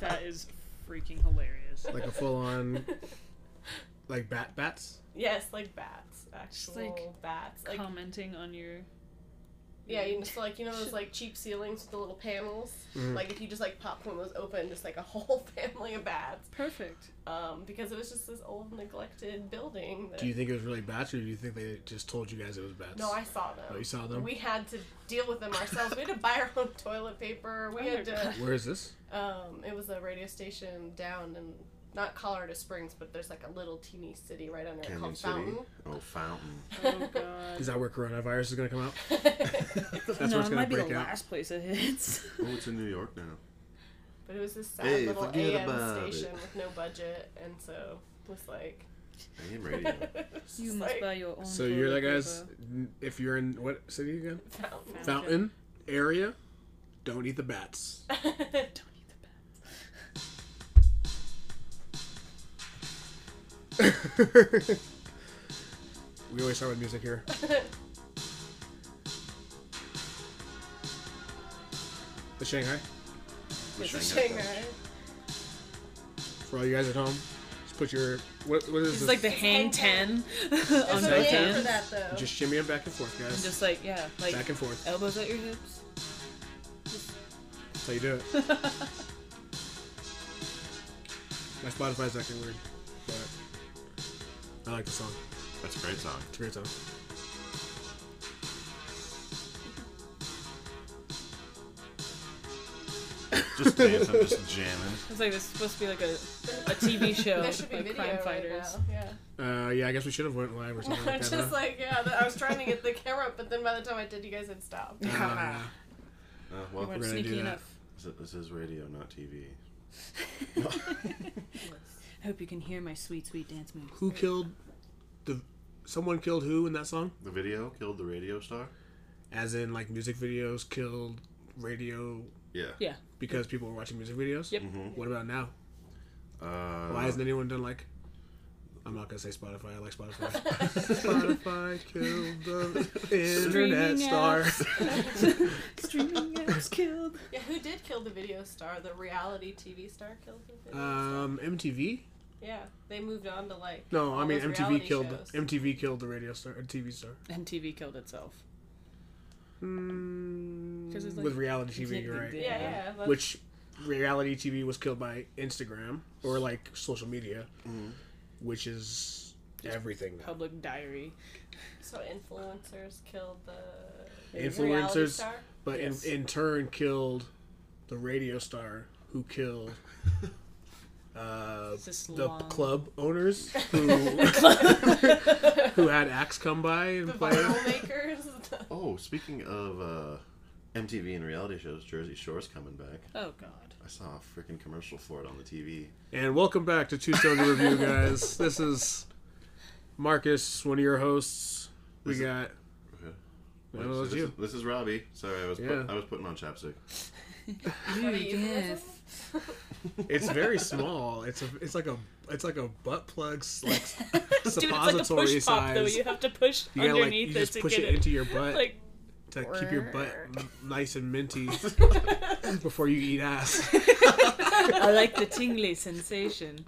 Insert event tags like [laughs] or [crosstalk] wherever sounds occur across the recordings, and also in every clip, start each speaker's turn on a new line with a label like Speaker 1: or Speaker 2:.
Speaker 1: That is freaking hilarious.
Speaker 2: like a full on like bat bats.
Speaker 3: [laughs] yes, like bats, actual
Speaker 1: like,
Speaker 3: bats. Like
Speaker 1: Commenting on your
Speaker 3: yeah, you know, so like you know those like cheap ceilings with the little panels.
Speaker 2: Mhm.
Speaker 3: Like if you just like pop one of those open, just like a [laughs] whole family of bats.
Speaker 1: perfect.
Speaker 3: Um, because it was just this old neglected building. That,
Speaker 2: Do you think it was really bats, or do you think they just told you guys it was bats?
Speaker 3: no, I saw them.
Speaker 2: Oh, you saw them.
Speaker 3: We had to deal with them ourselves. we had to buy our own [laughs] toilet paper. We
Speaker 1: Oh
Speaker 3: had
Speaker 1: my
Speaker 3: to.
Speaker 2: Where is this?
Speaker 3: Um, it was a radio station down in not Colorado Springs, but there's like a little teeny city right under it
Speaker 4: Canyon
Speaker 3: called [laughs]
Speaker 4: City.
Speaker 3: Fountain.
Speaker 4: Oh, Fountain.
Speaker 1: [laughs] Oh god.
Speaker 2: Is that where coronavirus is
Speaker 3: [laughs]
Speaker 2: gonna come out? That's
Speaker 1: no,
Speaker 2: where it's
Speaker 1: it
Speaker 2: gonna
Speaker 1: might be the
Speaker 2: break out.
Speaker 1: last place it
Speaker 2: [laughs]
Speaker 1: hits.
Speaker 4: Oh, it's in New York now.
Speaker 3: but it was this sad
Speaker 4: Hey,
Speaker 3: little
Speaker 4: forget
Speaker 3: AM
Speaker 4: about it.
Speaker 3: station with no budget, and so it was like.
Speaker 4: I am
Speaker 3: [laughs]
Speaker 4: [laughs] radio.
Speaker 3: it's
Speaker 1: You
Speaker 3: just
Speaker 1: must
Speaker 3: like
Speaker 1: buy your own.
Speaker 2: So you're that
Speaker 1: toilet
Speaker 2: guy's.
Speaker 1: paper.
Speaker 2: n- If you're in what city again?
Speaker 3: Fountain. [laughs]
Speaker 2: Fountain area. Don't eat
Speaker 1: [laughs]
Speaker 2: the bats.
Speaker 1: Don't eat the bat.
Speaker 2: we always start with
Speaker 1: [laughs]
Speaker 2: music here. The Shanghai.
Speaker 4: The
Speaker 3: It's a
Speaker 4: Shanghai
Speaker 3: shame,
Speaker 4: Couch.
Speaker 3: right?
Speaker 2: For all you guys at home, just put your what what is
Speaker 1: It's
Speaker 2: this?
Speaker 1: like the
Speaker 3: It's
Speaker 1: hang
Speaker 3: hang ten.
Speaker 1: ten [laughs]
Speaker 3: There's a
Speaker 1: on both
Speaker 2: the Shanghai
Speaker 3: name
Speaker 2: Couch.
Speaker 3: for
Speaker 1: ends.
Speaker 3: that though.
Speaker 2: just shimmy it back and forth, guys.
Speaker 1: And just like yeah, like
Speaker 2: back and forth.
Speaker 1: elbows at your hips.
Speaker 2: That's how
Speaker 1: [laughs]
Speaker 2: you do it. My Spotify's acting weird, but I like the song.
Speaker 4: That's a great song.
Speaker 2: It's a great song.
Speaker 4: Just dance. I'm just jamming.
Speaker 1: It's like this is supposed to be like a a
Speaker 2: [laughs]
Speaker 1: TV show
Speaker 3: there should be
Speaker 1: like
Speaker 3: video
Speaker 1: crime
Speaker 3: right
Speaker 1: fighters.
Speaker 3: now, Yeah.
Speaker 2: Uh, yeah, I guess we should have went live
Speaker 3: [laughs]
Speaker 1: [laughs]
Speaker 2: or something like that.
Speaker 3: just
Speaker 2: huh?
Speaker 3: like yeah, th- I was trying to get the camera up, but then by the time I did, you guys had
Speaker 1: [laughs]
Speaker 3: stopped.
Speaker 2: Uh,
Speaker 4: [laughs] Uh,
Speaker 1: We
Speaker 4: well,
Speaker 1: weren't
Speaker 2: We're gonna do
Speaker 1: sneaky
Speaker 2: that.
Speaker 1: enough.
Speaker 4: this- this is radio, not TV.
Speaker 1: I hope you can hear my sweet, sweet dance moves.
Speaker 2: who killed the? Someone killed who in that song?
Speaker 4: The video killed the radio star.
Speaker 2: As in, like music videos killed radio
Speaker 4: Yeah.
Speaker 1: Yeah.
Speaker 2: because people were watching music videos.
Speaker 1: Yep.
Speaker 2: What about now?
Speaker 4: Uh,
Speaker 2: Why hasn't anyone done like? I'm not gonna say Spotify. I like Spotify.
Speaker 1: [laughs]
Speaker 2: Spotify killed the
Speaker 1: Streaming
Speaker 2: internet star.
Speaker 1: Streaming apps killed.
Speaker 3: [laughs] Yeah, who did kill the video star? The reality TV star killed the video star.
Speaker 2: Um, MTV.
Speaker 3: Yeah, they moved on to like.
Speaker 2: No,
Speaker 3: all
Speaker 2: I mean
Speaker 3: those
Speaker 2: MTV
Speaker 3: reality
Speaker 2: killed
Speaker 3: shows.
Speaker 2: MTV killed the radio star or TV star
Speaker 1: MTV killed itself.
Speaker 2: mm,
Speaker 1: 'Cause it's like-
Speaker 2: with reality
Speaker 1: you
Speaker 2: TV,
Speaker 1: can't
Speaker 2: you're
Speaker 1: be
Speaker 2: right?
Speaker 1: dead.
Speaker 3: yeah, yeah. that's-
Speaker 2: Which reality TV was killed by Instagram or like social media, which is everything. now.
Speaker 1: Public Diary.
Speaker 3: So influencers killed the reality
Speaker 2: Influencers,
Speaker 3: star.
Speaker 2: but
Speaker 1: Yes.
Speaker 2: in, in turn killed the radio star who killed uh,
Speaker 1: This
Speaker 2: the
Speaker 1: long-
Speaker 2: club
Speaker 1: [laughs]
Speaker 2: owners who [laughs] who had acts come by and
Speaker 3: The
Speaker 2: play.
Speaker 3: viral makers. [laughs]
Speaker 4: Oh, speaking of uh, MTV and reality shows, Jersey Shore's coming back.
Speaker 1: Oh God.
Speaker 4: I saw a freaking commercial for it on the TV.
Speaker 2: And welcome back to Two Stone
Speaker 1: [laughs]
Speaker 2: Review, guys. This is Marcus, one of your hosts. We
Speaker 4: This is-
Speaker 2: got
Speaker 4: Okay.
Speaker 2: Well, that was
Speaker 4: this,
Speaker 2: you.
Speaker 4: Is, this is Robbie. Sorry, I was
Speaker 2: Yeah.
Speaker 4: put, I was putting on chapstick. [laughs]
Speaker 3: What are you
Speaker 1: Mm, Oh, Yes.
Speaker 3: doing?
Speaker 2: It's very
Speaker 4: [laughs]
Speaker 2: small. It's a it's like a it's like butt plug like
Speaker 1: [laughs] Dude, it's like a
Speaker 2: suppository
Speaker 1: push pop though.
Speaker 2: size.
Speaker 1: You have to push
Speaker 2: You gotta like
Speaker 1: underneath
Speaker 2: you
Speaker 1: it
Speaker 2: just
Speaker 1: to
Speaker 2: push
Speaker 1: get
Speaker 2: it, into your
Speaker 1: [laughs]
Speaker 2: butt
Speaker 1: like
Speaker 2: to keep your butt m- nice and
Speaker 1: [laughs]
Speaker 2: minty before you eat ass.
Speaker 1: I like the tingly [laughs] sensation.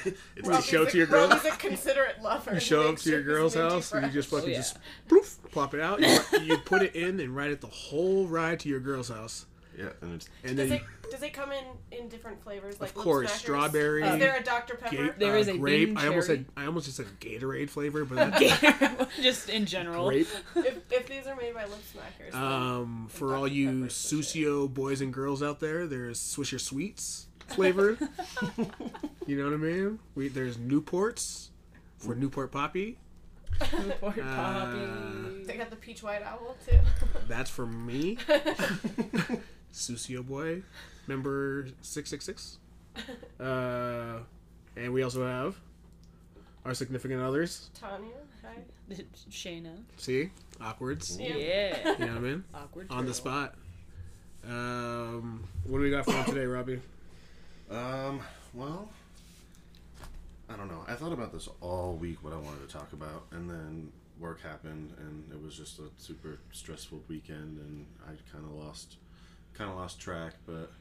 Speaker 4: It's
Speaker 2: You
Speaker 4: the,
Speaker 2: show it to your girl.
Speaker 3: Robbie's a considerate lover.
Speaker 2: You show up to your girl's house and you just fucking
Speaker 1: Oh, yeah.
Speaker 2: just poof plop it out.
Speaker 3: [laughs]
Speaker 2: You, you put it in and ride it the whole ride to your girl's house,
Speaker 4: yeah, and it's
Speaker 2: and then
Speaker 3: Does
Speaker 2: you
Speaker 3: it, does it come in in different flavors? Like
Speaker 2: of
Speaker 3: Lip
Speaker 2: course
Speaker 3: Smackers?
Speaker 2: strawberry.
Speaker 3: Is there a Dr Pepper?
Speaker 2: Ga-
Speaker 1: There
Speaker 2: uh,
Speaker 1: is a
Speaker 2: grape.
Speaker 1: bean
Speaker 2: I almost
Speaker 1: cherry.
Speaker 2: said I almost just said Gatorade
Speaker 1: [laughs]
Speaker 2: flavor, but that's
Speaker 1: Just in general.
Speaker 2: grape.
Speaker 3: [laughs] if, if these are made by Lip Smackers, then
Speaker 2: Um, for
Speaker 3: Dr.
Speaker 2: all you
Speaker 3: Pepper's for
Speaker 2: Susio boys and girls out there, there's Swisher Sweets
Speaker 1: [laughs]
Speaker 2: flavored. you know what I mean? We there's Newports for Newport Poppy.
Speaker 1: [laughs] Poor
Speaker 2: Uh,
Speaker 1: Poppy.
Speaker 3: they got the peach white owl too. [laughs]
Speaker 2: That's for
Speaker 4: [laughs]
Speaker 2: me. Susio boy, member six six six. Uh, and we also have our significant others.
Speaker 3: Tanya, hi.
Speaker 1: Shayna.
Speaker 2: See, awkwards.
Speaker 3: Yeah.
Speaker 1: Yeah.
Speaker 2: You know what I mean?
Speaker 1: [laughs] Awkward.
Speaker 2: On the
Speaker 1: girl.
Speaker 2: spot. Um, what do we got for him today, Robbie?
Speaker 4: um well. I don't know. I thought about this all week what I wanted to talk about, and then work happened, and it was just a super stressful weekend, and I kind of lost, kind of lost track. But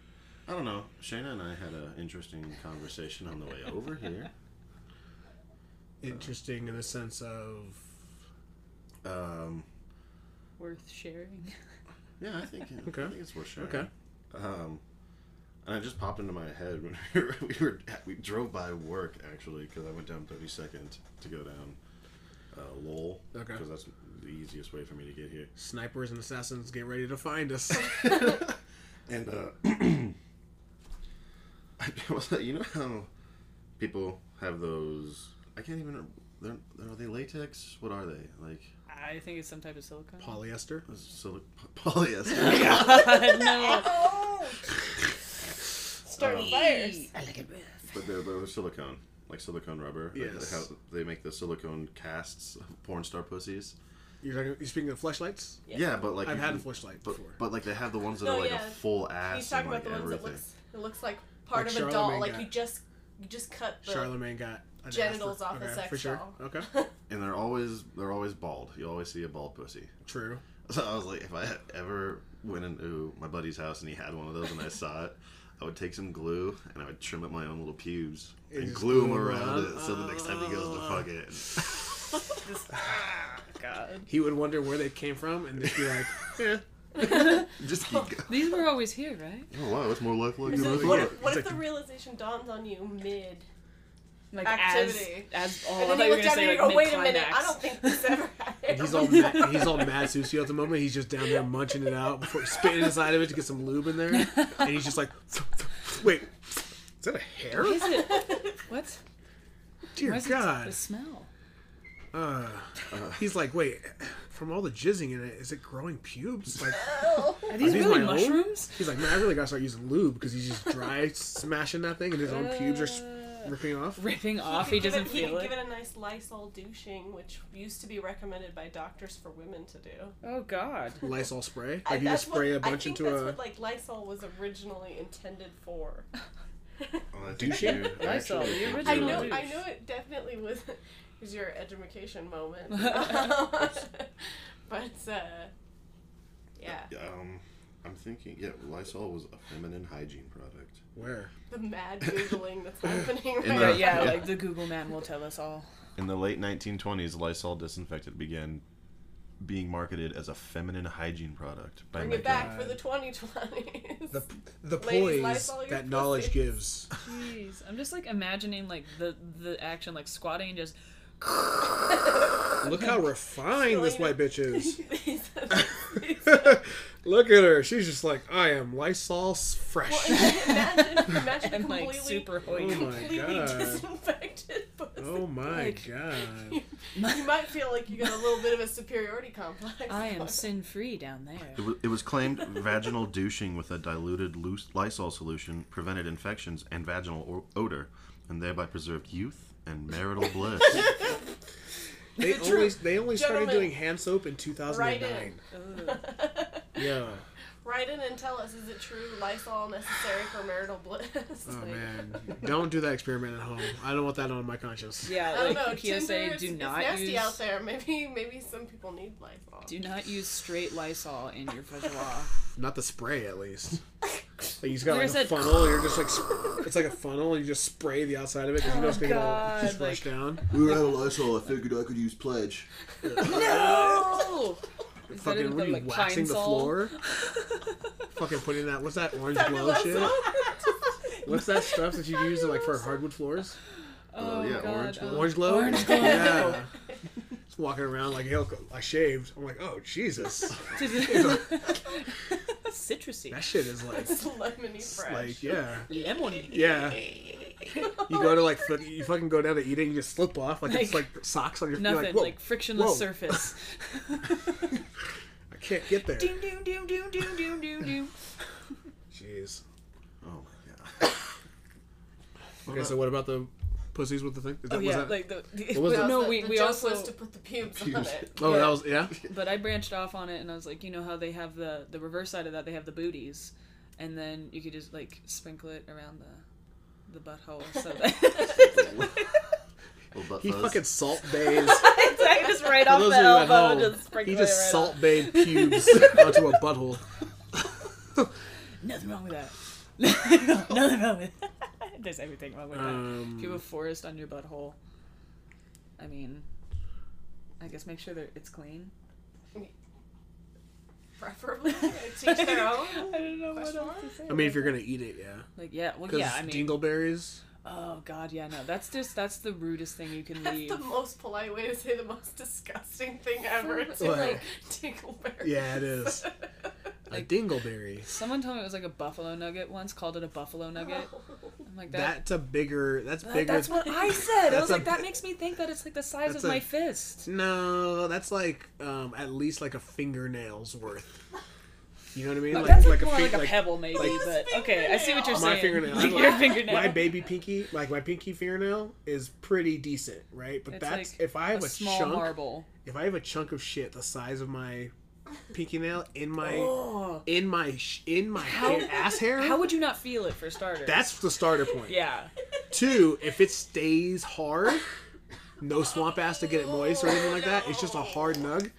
Speaker 4: I don't know. Shayna and I had an interesting conversation on the way over here.
Speaker 2: Interesting in the sense of
Speaker 4: Um,
Speaker 1: Worth sharing.
Speaker 4: yeah, I think,
Speaker 2: Okay.
Speaker 4: I think it's worth sharing.
Speaker 2: okay.
Speaker 4: Um, and it just popped into my head when [laughs] we were, we, were, we drove by work actually because I went down 32nd to go down uh, Lowell
Speaker 2: Okay.
Speaker 4: because that's the easiest way for me to
Speaker 2: [laughs]
Speaker 4: get here.
Speaker 2: Snipers and assassins get ready to find us.
Speaker 4: And uh, [clears throat] I [laughs] was like, you know how people have those? I can't even. They're, they're, are they latex? What are they? Like
Speaker 1: I think it's some type of silicone.
Speaker 2: [laughs] Polyester.
Speaker 4: sil- [laughs] polyester?
Speaker 1: God, [laughs] [laughs] no.
Speaker 2: Oh!
Speaker 3: Starting
Speaker 4: Um,
Speaker 3: fires.
Speaker 1: I like it rough.
Speaker 4: but they're, they're silicone, like silicone rubber. Like,
Speaker 2: Yes.
Speaker 4: how they make the silicone casts of porn star pussies.
Speaker 2: You're talking, you speaking of flashlights?
Speaker 1: Yeah.
Speaker 4: Yeah, but like
Speaker 2: I've
Speaker 4: you
Speaker 2: had a
Speaker 4: can-
Speaker 2: flashlight
Speaker 4: But,
Speaker 2: before.
Speaker 4: but like they have the ones that
Speaker 3: No,
Speaker 4: are like
Speaker 3: yeah.
Speaker 4: a full ass.
Speaker 3: He's talking
Speaker 4: and, like,
Speaker 3: about the ones
Speaker 4: everything.
Speaker 3: that looks it looks like part
Speaker 2: Like
Speaker 3: of a doll.
Speaker 2: Charlemagne
Speaker 3: Like
Speaker 2: got-
Speaker 3: you just you just cut the
Speaker 2: Charlemagne got an
Speaker 3: genitals
Speaker 2: after-
Speaker 3: off a
Speaker 2: okay,
Speaker 3: sex
Speaker 2: for sure.
Speaker 3: doll.
Speaker 2: Okay,
Speaker 4: and they're always they're always bald. You always see a bald pussy. [laughs]
Speaker 2: true.
Speaker 4: So I was like, if I had ever went into my buddy's house and he had one of those and I saw it, I would take some glue and I would trim up my own little pubes
Speaker 2: And
Speaker 4: and,
Speaker 2: just
Speaker 4: glue them
Speaker 2: glue 'em
Speaker 4: around
Speaker 2: around?
Speaker 4: it so the next time he goes to fuck it.
Speaker 3: [laughs]
Speaker 1: Oh, God.
Speaker 2: [laughs] He would wonder where they came from and just
Speaker 3: [laughs]
Speaker 2: be like, "Oh, "Yeah,
Speaker 4: [laughs]
Speaker 2: [laughs]
Speaker 4: Just keep going.
Speaker 1: These were always here, right?
Speaker 4: Oh wow, it's more lifelike than I
Speaker 3: So
Speaker 2: It's
Speaker 3: what
Speaker 2: like-
Speaker 4: thought.
Speaker 3: if, what
Speaker 2: it's
Speaker 3: if the
Speaker 2: like-
Speaker 3: realization dawns on you mid?
Speaker 1: Like
Speaker 3: Activity.
Speaker 1: as as all
Speaker 3: And
Speaker 1: of
Speaker 3: then
Speaker 1: Oh, you
Speaker 3: you
Speaker 1: were
Speaker 3: look
Speaker 1: gonna
Speaker 3: down and
Speaker 1: say
Speaker 3: you
Speaker 1: like
Speaker 3: go, wait a
Speaker 1: mid-climax.
Speaker 3: minute, I don't think
Speaker 1: [laughs]
Speaker 3: this ever happened.
Speaker 2: And he's
Speaker 3: [laughs]
Speaker 2: all mad, he's all mad sushi at the moment. He's just down there munching it out before spitting inside of it to get some lube in there, and he's just like, [laughs] "Wait, is that a hair?
Speaker 1: What is it? What? Why
Speaker 2: Dear
Speaker 1: is it
Speaker 2: God!"
Speaker 1: the smell?
Speaker 2: Uh, he's like, "Wait, from all the jizzing in it, is it growing pubes?" Like,
Speaker 1: Are these
Speaker 2: these
Speaker 1: really
Speaker 2: my own?
Speaker 1: mushrooms?
Speaker 2: he's like, "Man, I really gotta start using lube because he's just dry smashing that thing, and his own pubes are s-
Speaker 1: Uh,
Speaker 2: ripping off."
Speaker 1: ripping off.
Speaker 3: could
Speaker 1: He
Speaker 3: give
Speaker 1: doesn't
Speaker 3: it, he
Speaker 1: feel
Speaker 3: could
Speaker 1: it.
Speaker 3: give it a nice Lysol douching, which used to be recommended by doctors for women to do.
Speaker 1: Oh God.
Speaker 2: Lysol spray, like
Speaker 3: I-
Speaker 2: you
Speaker 3: that's
Speaker 2: just spray
Speaker 3: what,
Speaker 2: a bunch
Speaker 3: I think
Speaker 2: into
Speaker 3: that's
Speaker 2: a.
Speaker 3: what like Lysol was originally intended
Speaker 1: [laughs]
Speaker 3: for.
Speaker 4: Well, I think
Speaker 2: Douche
Speaker 4: you-
Speaker 2: it?
Speaker 4: I
Speaker 1: I saw the
Speaker 4: actually think you
Speaker 3: I
Speaker 1: original
Speaker 4: did.
Speaker 3: know,
Speaker 1: douche.
Speaker 3: I know it definitely was. [laughs] was your edumacation
Speaker 1: [laughs]
Speaker 3: moment, [laughs] but uh, yeah,
Speaker 4: Um, I'm thinking, yeah, Lysol was a feminine hygiene product.
Speaker 2: Where?
Speaker 3: the mad googling
Speaker 2: [laughs]
Speaker 3: that's happening right
Speaker 4: In
Speaker 3: now.
Speaker 4: the-
Speaker 1: But yeah,
Speaker 4: Yeah.
Speaker 1: like the Google man will tell us all.
Speaker 4: In the late 1920s, Lysol disinfectant began being marketed as a feminine hygiene product by
Speaker 3: Bring
Speaker 4: making
Speaker 3: it back for
Speaker 2: God.
Speaker 3: the 2020s. [laughs]
Speaker 2: The the
Speaker 3: Ladies,
Speaker 2: poise
Speaker 3: Lysol your
Speaker 2: that knowledge
Speaker 3: pussy.
Speaker 2: gives.
Speaker 1: Jeez, I'm just like imagining like the the action like squatting and
Speaker 3: [laughs]
Speaker 1: just
Speaker 2: [laughs] Look how refined this white bitch is.
Speaker 3: well, [laughs]
Speaker 2: [laughs] Look at her. She's just like, I am Lysol s- fresh.
Speaker 3: imagine, imagine
Speaker 1: and
Speaker 3: completely,
Speaker 1: like super
Speaker 2: Oh
Speaker 1: hoity.
Speaker 2: my
Speaker 3: completely
Speaker 2: god.
Speaker 3: disinfected pussy.
Speaker 2: [laughs] Oh
Speaker 3: [laughs]
Speaker 2: my
Speaker 1: Like-
Speaker 2: god.
Speaker 3: You might feel like you got a little bit of a superiority complex.
Speaker 1: I
Speaker 3: [laughs]
Speaker 1: am sin free down there.
Speaker 4: It was, it was claimed vaginal douching with a diluted loose Lysol solution prevented infections and vaginal o- odor, and thereby preserved youth and marital bliss.
Speaker 2: They
Speaker 3: The
Speaker 2: only they only started
Speaker 3: Gentlemen.
Speaker 2: doing hand soap in 2009.
Speaker 3: Right in.
Speaker 1: Ugh.
Speaker 2: Yeah. Oh,
Speaker 3: Write in and tell us: Is it true Lysol necessary for marital [laughs] bliss?
Speaker 2: Oh
Speaker 3: Like,
Speaker 2: man. Don't do that experiment at home. I don't want that on my conscience.
Speaker 1: Yeah,
Speaker 3: I don't
Speaker 1: like
Speaker 3: know.
Speaker 1: PSA,
Speaker 3: Tinder, it's,
Speaker 1: do
Speaker 3: it's
Speaker 1: not
Speaker 3: nasty
Speaker 1: use
Speaker 3: out there. Maybe, maybe some people need Lysol. [laughs]
Speaker 1: do not use straight Lysol in your bourgeois.
Speaker 2: Not the spray at
Speaker 3: [laughs]
Speaker 2: least. Like you've got
Speaker 1: Like I
Speaker 2: like a
Speaker 1: said-
Speaker 2: funnel, you're just [laughs] like sp- it's like a funnel, and you just spray the outside of it
Speaker 3: Oh
Speaker 2: because you know it's gonna
Speaker 1: God,
Speaker 2: go just rush
Speaker 1: like-
Speaker 2: down.
Speaker 4: [laughs] we were out of Lysol. I figured I could use Pledge.
Speaker 1: no. Is that
Speaker 2: Fucking
Speaker 1: in the,
Speaker 2: what are you
Speaker 1: like,
Speaker 2: waxing
Speaker 1: Pine
Speaker 2: the
Speaker 1: Sol? [laughs]
Speaker 2: floor? Fucking putting that what's that orange
Speaker 3: That'd be
Speaker 2: glow shit?
Speaker 3: Lysol.
Speaker 2: What's that stuff that you use like for hardwood floors?
Speaker 1: Oh,
Speaker 4: yeah,
Speaker 1: God.
Speaker 4: orange
Speaker 1: um,
Speaker 4: glow.
Speaker 2: Uh, Orange glow.
Speaker 1: Orange glow.
Speaker 2: [laughs]
Speaker 1: [laughs]
Speaker 2: Yeah. Just walking around like, hey, look, I shaved. I'm like, oh Jesus,
Speaker 1: Citrusy.
Speaker 2: that shit is like,
Speaker 3: It's lemony
Speaker 2: it's
Speaker 3: fresh.
Speaker 2: like yeah,
Speaker 1: Lemony.
Speaker 2: yeah. You go to like, flip, you fucking go down to eat it, and you just slip off like it's like
Speaker 1: Like,
Speaker 2: socks on your feet.
Speaker 1: Nothing,
Speaker 2: Like,
Speaker 1: like,
Speaker 2: whoa,
Speaker 1: frictionless
Speaker 2: whoa, [laughs]
Speaker 1: surface. [laughs]
Speaker 2: I can't get there.
Speaker 1: doom, doom, doom, doom, doom, doom, doom, doom.
Speaker 2: Jeez.
Speaker 4: Oh my god.
Speaker 2: Okay, so what about the pussies with the thing? Is that,
Speaker 1: Oh,
Speaker 2: was
Speaker 1: yeah,
Speaker 2: that-
Speaker 1: like the.
Speaker 2: What was
Speaker 3: That
Speaker 1: but
Speaker 2: it?
Speaker 3: was
Speaker 1: no,
Speaker 3: the-
Speaker 1: we,
Speaker 3: the
Speaker 1: we
Speaker 3: joke
Speaker 1: also.
Speaker 3: was to put the pubes, on
Speaker 4: Pubes.
Speaker 3: it.
Speaker 2: oh,
Speaker 1: yeah.
Speaker 2: that was yeah.
Speaker 1: But I branched off on it and I was like, you know how they have the, the reverse side of that, they have the booties. And then you could just, like, sprinkle it around the, the butthole.
Speaker 3: [laughs]
Speaker 1: So [laughs] that.
Speaker 4: Little butt
Speaker 2: He
Speaker 4: fuzz.
Speaker 2: fucking salt bays.
Speaker 1: Like, just right
Speaker 2: For
Speaker 1: off
Speaker 2: those
Speaker 1: the
Speaker 2: of you at
Speaker 1: elbow,
Speaker 2: home,
Speaker 1: just sprinkle
Speaker 2: he
Speaker 1: it
Speaker 2: just
Speaker 1: right [laughs]
Speaker 2: salt
Speaker 1: off.
Speaker 2: bathed pubes onto a butthole.
Speaker 1: Nothing wrong with that. [laughs] Nothing wrong with [laughs] There's everything wrong with that. If you have a
Speaker 2: Um,
Speaker 1: forest on your butthole, I mean, I guess make sure that it's
Speaker 3: [laughs]
Speaker 1: clean.
Speaker 3: Preferably [laughs] teach their own.
Speaker 1: [laughs] I don't know what
Speaker 3: Question
Speaker 1: else
Speaker 3: mark?
Speaker 1: to say.
Speaker 2: I mean, if you're gonna eat it, yeah.
Speaker 1: like, yeah, well,
Speaker 2: 'Cause
Speaker 1: yeah, I mean,
Speaker 2: dingleberries.
Speaker 1: oh god, yeah, no, that's just that's the rudest thing you can
Speaker 3: [laughs] That's
Speaker 1: leave.
Speaker 3: the most polite way to say the most disgusting
Speaker 1: [laughs]
Speaker 3: thing ever. To
Speaker 2: Well-
Speaker 3: like dingleberry.
Speaker 2: Yeah, it is. a
Speaker 1: Like- [laughs]
Speaker 2: dingleberry.
Speaker 1: Someone told me it was like a buffalo nugget once, called it a
Speaker 3: [laughs]
Speaker 1: buffalo nugget. I'm like that.
Speaker 2: That's a bigger. That's
Speaker 1: that-
Speaker 2: bigger.
Speaker 1: that's what
Speaker 2: [laughs]
Speaker 1: I said. I
Speaker 2: That's
Speaker 1: was
Speaker 2: a
Speaker 1: like, that
Speaker 2: bi-
Speaker 1: makes me think that it's like the size
Speaker 2: That's
Speaker 1: of
Speaker 2: a-
Speaker 1: my fist.
Speaker 2: No, that's like um, at least like a fingernail's worth. You know what I mean?
Speaker 1: that's like,
Speaker 2: a
Speaker 1: more
Speaker 2: fi-
Speaker 1: like a pebble, maybe.
Speaker 3: Like-
Speaker 1: but okay, I see what you're saying.
Speaker 2: my fingernail. I
Speaker 1: [laughs] Your
Speaker 2: like-
Speaker 1: fingernail.
Speaker 2: My baby pinky, like my pinky fingernail, is pretty decent, right? But
Speaker 1: It's
Speaker 2: that's
Speaker 1: like
Speaker 2: if I have a,
Speaker 1: a small
Speaker 2: chunk,
Speaker 1: marble.
Speaker 2: if I have a chunk of shit the size of my pinky nail in my
Speaker 1: Oh,
Speaker 2: in my sh- in my hair, ass hair.
Speaker 1: how would you not feel it for starters?
Speaker 2: that's the starter point.
Speaker 1: yeah.
Speaker 2: Two, if it stays hard, no swamp ass to get it moist or anything like that. It's just a hard nug.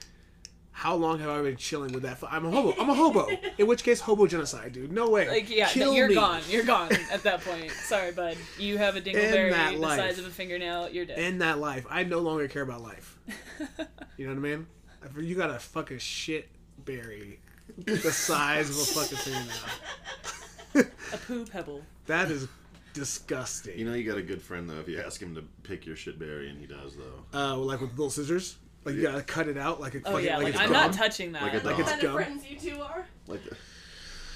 Speaker 2: How long have I been chilling with that? fu- I'm a hobo. I'm a hobo. In which case, hobo genocide, dude. No way.
Speaker 1: Like yeah,
Speaker 2: Kill
Speaker 1: you're
Speaker 2: me.
Speaker 1: gone. You're
Speaker 2: [laughs]
Speaker 1: gone at that point. Sorry, bud. You have a dingleberry
Speaker 2: that
Speaker 1: the
Speaker 2: life.
Speaker 1: size of a fingernail. You're dead.
Speaker 2: End that life. I no longer care about life.
Speaker 1: [laughs]
Speaker 2: You know what I mean? If You got a fucking shit berry the size of a fucking fingernail.
Speaker 1: a poo pebble.
Speaker 2: That is disgusting.
Speaker 4: You know you got a good friend though if you ask him to pick your shit berry and he does though.
Speaker 2: uh, like with little scissors. Like you
Speaker 4: Yeah.
Speaker 2: gotta cut it out. Like a
Speaker 1: Oh
Speaker 2: fucking,
Speaker 1: yeah,
Speaker 2: like,
Speaker 1: like,
Speaker 2: it's
Speaker 1: I'm
Speaker 2: gum.
Speaker 1: not touching that.
Speaker 4: Like a
Speaker 2: Like
Speaker 4: dog.
Speaker 2: it's
Speaker 3: kind of
Speaker 2: gum.
Speaker 3: friends you two
Speaker 1: [laughs]
Speaker 3: are.
Speaker 4: Like the,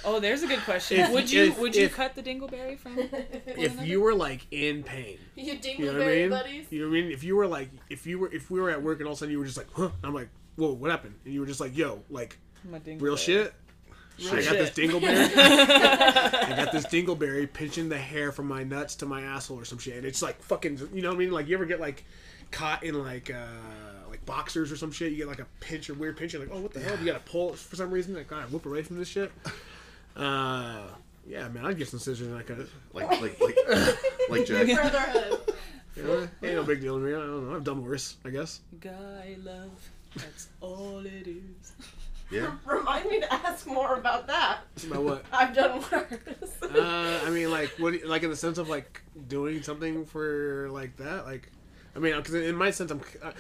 Speaker 1: oh, there's a good question.
Speaker 2: If-
Speaker 1: would you
Speaker 2: if-
Speaker 1: would you
Speaker 2: if-
Speaker 1: cut the dingleberry [laughs] from?
Speaker 2: if you were like in pain,
Speaker 3: you dingleberry
Speaker 2: you know what I mean?
Speaker 3: buddies.
Speaker 2: You know what I mean? If you were like, if you were, if we were at work and all of a sudden you were just like, huh? I'm like, whoa, what happened? And you were just like, yo, like
Speaker 1: My dingleberry.
Speaker 2: real shit. I got this
Speaker 1: shit.
Speaker 2: dingleberry. I got this dingleberry pinching the hair from my nuts to my asshole or some shit. And it's like fucking, you know what I mean? Like you ever get like caught in like uh like boxers or some shit? You get like a pinch or weird pinch. You're like, oh, what the hell? You got to pull it for some reason. Like, gotta whip away from this shit. Uh, yeah, man, I'd get some scissors and I cut it.
Speaker 4: like like like
Speaker 3: [laughs]
Speaker 4: like Jack.
Speaker 3: Brotherhood.
Speaker 2: [laughs] You know, ain't no big deal to me. I don't know. I've done worse, I guess.
Speaker 1: Guy love. That's all it is.
Speaker 2: [laughs]
Speaker 4: Yeah.
Speaker 3: Remind me to ask more about that.
Speaker 2: About what?
Speaker 3: I've
Speaker 1: [laughs]
Speaker 3: done worse.
Speaker 2: [laughs] Uh, I mean, like, what? do you- Like in the sense of like doing something for like that, like, I mean, because in my sense, I'm, uh,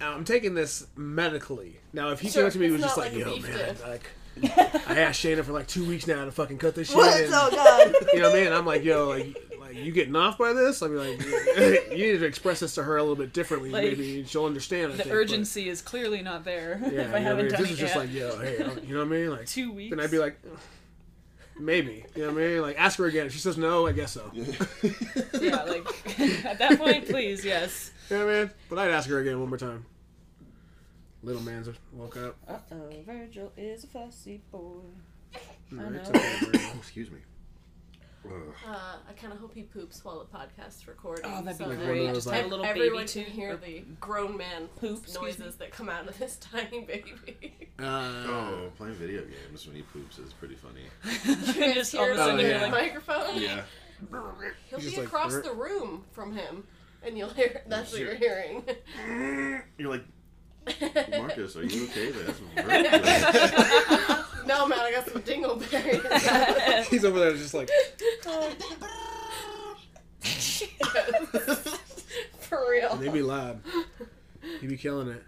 Speaker 2: I'm taking this medically. Now, if he
Speaker 3: Sure,
Speaker 2: came up to me and was
Speaker 3: it's
Speaker 2: just
Speaker 3: not
Speaker 2: like,
Speaker 3: like a
Speaker 2: "Yo,
Speaker 3: beef
Speaker 2: man,
Speaker 3: dip."
Speaker 2: like, I asked Shayna for like two weeks now to fucking cut this shit," and,
Speaker 3: god.
Speaker 2: [laughs] you know what I mean? I'm like, "Yo, like, like you getting off by this?" I'd be like, [laughs] "You need to express this to her a little bit differently,
Speaker 1: Like,
Speaker 2: maybe and she'll understand." I
Speaker 1: The
Speaker 2: think, but-
Speaker 1: urgency is clearly not there. [laughs] if
Speaker 2: Yeah,
Speaker 1: I
Speaker 2: you know what I
Speaker 1: haven't
Speaker 2: mean?
Speaker 1: done
Speaker 2: this
Speaker 1: it
Speaker 2: is just
Speaker 1: yet.
Speaker 2: like, "Yo, hey," you know what I mean? Like,
Speaker 1: two weeks.
Speaker 2: then I'd be like, maybe. You know what I mean? Like, ask her again. If she says no, I guess so. You
Speaker 1: yeah, like [laughs] at that point, please, yes.
Speaker 2: know what I mean? But I'd ask her again one more time. Little man's woke up.
Speaker 1: Uh oh, Virgil is a fussy boy.
Speaker 2: All right,
Speaker 1: know.
Speaker 2: so whatever.
Speaker 4: Oh, Excuse me. Ugh.
Speaker 3: [laughs] Uh, I kind of hope he poops while the podcast's recording.
Speaker 1: Oh, that'd be
Speaker 3: so
Speaker 2: Like one
Speaker 1: great.
Speaker 2: of those,
Speaker 1: Just
Speaker 2: like-
Speaker 1: have a little
Speaker 3: everyone
Speaker 1: baby
Speaker 3: can
Speaker 1: too.
Speaker 3: hear the grown man
Speaker 1: Poop,
Speaker 3: poops
Speaker 1: excuse me.
Speaker 3: noises that come out of this [laughs] tiny baby.
Speaker 2: Uh,
Speaker 4: Oh, playing video games when he poops is pretty funny.
Speaker 1: and [laughs] just all of a
Speaker 2: Oh,
Speaker 1: sudden
Speaker 2: yeah.
Speaker 1: you're like,
Speaker 3: microphone.
Speaker 4: Yeah.
Speaker 3: [laughs] He'll
Speaker 2: He's
Speaker 3: be
Speaker 2: just like,
Speaker 3: across
Speaker 2: "Brr."
Speaker 3: the room from him, and you'll hear. [laughs] That's what you're hearing.
Speaker 4: You're like, Marcus, are you okay?
Speaker 1: [laughs]
Speaker 4: That's ridiculous.
Speaker 3: [laughs] no, man, I got some dingleberries.
Speaker 2: [laughs] he's over there just like,
Speaker 3: [laughs] For real.
Speaker 2: and they be loud. He be killing it.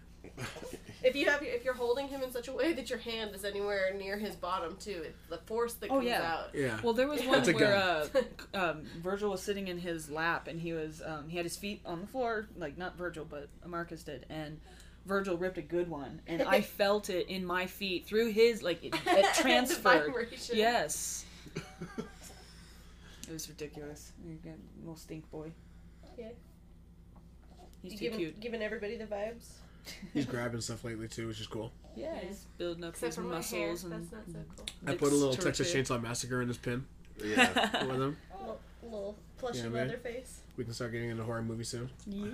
Speaker 3: If you have, if you're holding him in such a way that your hand is anywhere near his bottom too, it, the force that
Speaker 1: Oh,
Speaker 3: comes
Speaker 1: yeah.
Speaker 3: out.
Speaker 2: Yeah.
Speaker 1: Well, there was
Speaker 3: Yeah.
Speaker 1: one
Speaker 2: That's a
Speaker 1: where
Speaker 3: [laughs]
Speaker 1: uh, um, Virgil was sitting in his lap, and he was um, he had his feet on the floor, like not Virgil, but Marcus did, and Virgil ripped a good one,
Speaker 3: [laughs]
Speaker 1: and I felt it in my feet through his like it, it transferred.
Speaker 3: Vibration.
Speaker 1: yes, it was ridiculous. You got a little stink boy.
Speaker 3: Yeah.
Speaker 1: He's
Speaker 5: You
Speaker 1: too
Speaker 5: giving,
Speaker 1: cute.
Speaker 5: giving everybody the vibes.
Speaker 2: He's grabbing stuff lately too, which is cool.
Speaker 1: Yeah, he's building up
Speaker 3: Except
Speaker 1: his
Speaker 3: for my hair. That's
Speaker 1: muscles
Speaker 3: not
Speaker 1: and.
Speaker 3: so cool.
Speaker 2: I put a little Texas Chainsaw Massacre in his pin
Speaker 1: [laughs]
Speaker 4: yeah.
Speaker 2: with him.
Speaker 5: Little, little plushy
Speaker 2: Yeah, man.
Speaker 5: leather face.
Speaker 2: We can start getting into horror movies soon.
Speaker 1: Yeah.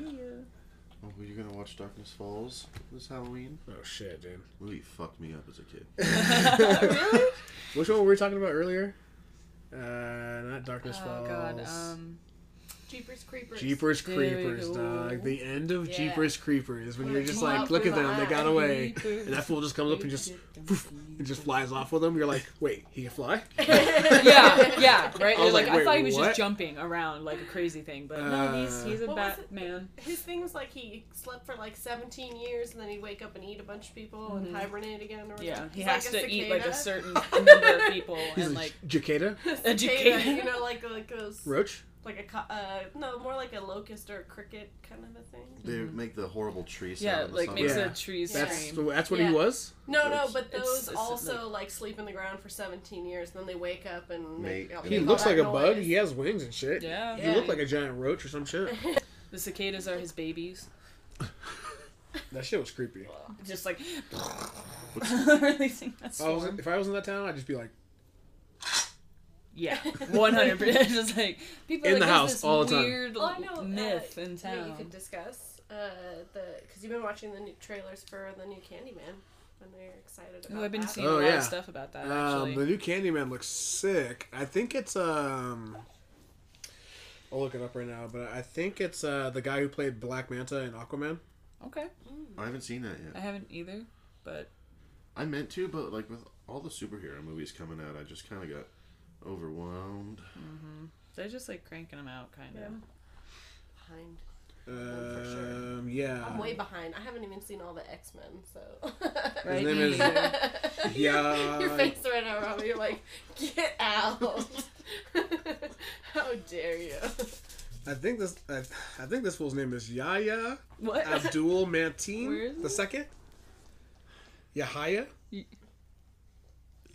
Speaker 4: Oh, were you gonna watch Darkness Falls this Halloween?
Speaker 2: Oh shit,
Speaker 1: [laughs]
Speaker 2: dude.
Speaker 4: Really fucked me up as a kid.
Speaker 2: Which one were we talking about earlier? Uh, not Darkness
Speaker 1: Oh
Speaker 2: Falls.
Speaker 1: god. Um,
Speaker 3: Jeepers Creepers.
Speaker 2: Jeepers
Speaker 1: There we
Speaker 2: Creepers,
Speaker 1: go.
Speaker 2: dog. The end of
Speaker 3: Yeah.
Speaker 2: Jeepers Creepers when
Speaker 3: When
Speaker 2: you're
Speaker 3: it
Speaker 2: just
Speaker 3: came
Speaker 2: like,
Speaker 3: out
Speaker 2: look at
Speaker 3: through
Speaker 2: them,
Speaker 3: my
Speaker 2: they got
Speaker 3: eye.
Speaker 2: away, and that fool just comes up and just and just flies off with them. You're like, wait, he can fly?
Speaker 1: yeah, yeah, right.
Speaker 2: [laughs] I was
Speaker 1: like,
Speaker 2: like,
Speaker 1: I
Speaker 2: wait,
Speaker 1: thought he was
Speaker 2: what?
Speaker 1: just jumping around like a crazy thing, but no, he's
Speaker 2: Uh,
Speaker 1: he's a
Speaker 3: What was it?
Speaker 1: Batman.
Speaker 3: His thing was like he slept for like 17 years and then he'd wake up and eat a bunch of people
Speaker 1: Mhm.
Speaker 3: and hibernate again or whatever.
Speaker 1: Yeah, he
Speaker 3: He's
Speaker 1: has
Speaker 3: like
Speaker 1: to
Speaker 3: a
Speaker 1: eat like a
Speaker 3: cicada.
Speaker 1: certain
Speaker 3: [laughs]
Speaker 1: number of people
Speaker 2: He's
Speaker 1: and
Speaker 2: like
Speaker 1: like
Speaker 2: Jakeda
Speaker 1: educate.
Speaker 3: Cicada, you know, like like those
Speaker 2: Roach.
Speaker 3: like a co- uh, no more like a locust or a cricket kind of a thing.
Speaker 4: They make the horrible tree sound.
Speaker 1: Yeah,
Speaker 4: in the
Speaker 1: like
Speaker 4: summer.
Speaker 1: makes
Speaker 2: Yeah.
Speaker 1: a tree
Speaker 2: That's
Speaker 1: scream.
Speaker 2: that's what
Speaker 3: Yeah.
Speaker 2: he was.
Speaker 3: No, no,
Speaker 4: It's-
Speaker 3: but
Speaker 1: it's-
Speaker 3: those
Speaker 1: it's
Speaker 3: also like, sleep in the ground for 17 years and then they wake up and make,
Speaker 4: Mate,
Speaker 3: all-
Speaker 4: He
Speaker 2: He
Speaker 3: make all
Speaker 2: looks
Speaker 3: that
Speaker 2: like a
Speaker 3: noise.
Speaker 2: bug. He has wings and shit.
Speaker 1: yeah.
Speaker 2: He looked like a giant roach or some shit.
Speaker 1: the cicadas are his babies.
Speaker 2: That shit was creepy.
Speaker 3: [laughs]
Speaker 1: Just like releasing that
Speaker 2: If I, was in,
Speaker 1: swarm.
Speaker 2: if I was in that town, I'd just be like
Speaker 1: Yeah,
Speaker 3: [laughs]
Speaker 1: one hundred percent. [laughs] Just like people
Speaker 2: In
Speaker 1: are like,
Speaker 2: the
Speaker 1: "There's
Speaker 2: house
Speaker 1: this
Speaker 2: all the time."
Speaker 1: Weird
Speaker 3: Well, I know, uh,
Speaker 1: myth in
Speaker 3: that
Speaker 1: town.
Speaker 3: you could discuss uh, the because you've been watching the new trailers for the new Candyman and they're excited about.
Speaker 1: Ooh, I've been
Speaker 3: that.
Speaker 1: seeing
Speaker 2: Oh,
Speaker 1: a lot
Speaker 2: yeah.
Speaker 1: of stuff about that
Speaker 2: Um,
Speaker 1: actually.
Speaker 2: the new Candyman looks sick. I think it's um. I'll look it up right now, but I think it's uh, the guy who played Black Manta in Aquaman.
Speaker 1: okay,
Speaker 4: I haven't seen that
Speaker 1: I
Speaker 4: yet.
Speaker 1: haven't either, but
Speaker 4: I meant to, but like with all the superhero movies coming out, I just kind of got overwhelmed.
Speaker 1: they're just like cranking them out, kind of.
Speaker 3: Yeah. Behind.
Speaker 1: Oh,
Speaker 3: for sure.
Speaker 2: Um, yeah,
Speaker 3: I'm way behind. I haven't even seen all the X Men, so. [laughs]
Speaker 1: Right?
Speaker 2: name is-
Speaker 1: Yeah.
Speaker 2: Yeah.
Speaker 3: Your face right now, Robbie. You're like, get out. How dare you?
Speaker 2: I think this. I, I think this fool's name is Yahya
Speaker 1: [laughs] What? [laughs]
Speaker 2: Abdul
Speaker 1: Where is
Speaker 2: Mateen the
Speaker 1: it?
Speaker 2: second. Yahya.
Speaker 1: Y-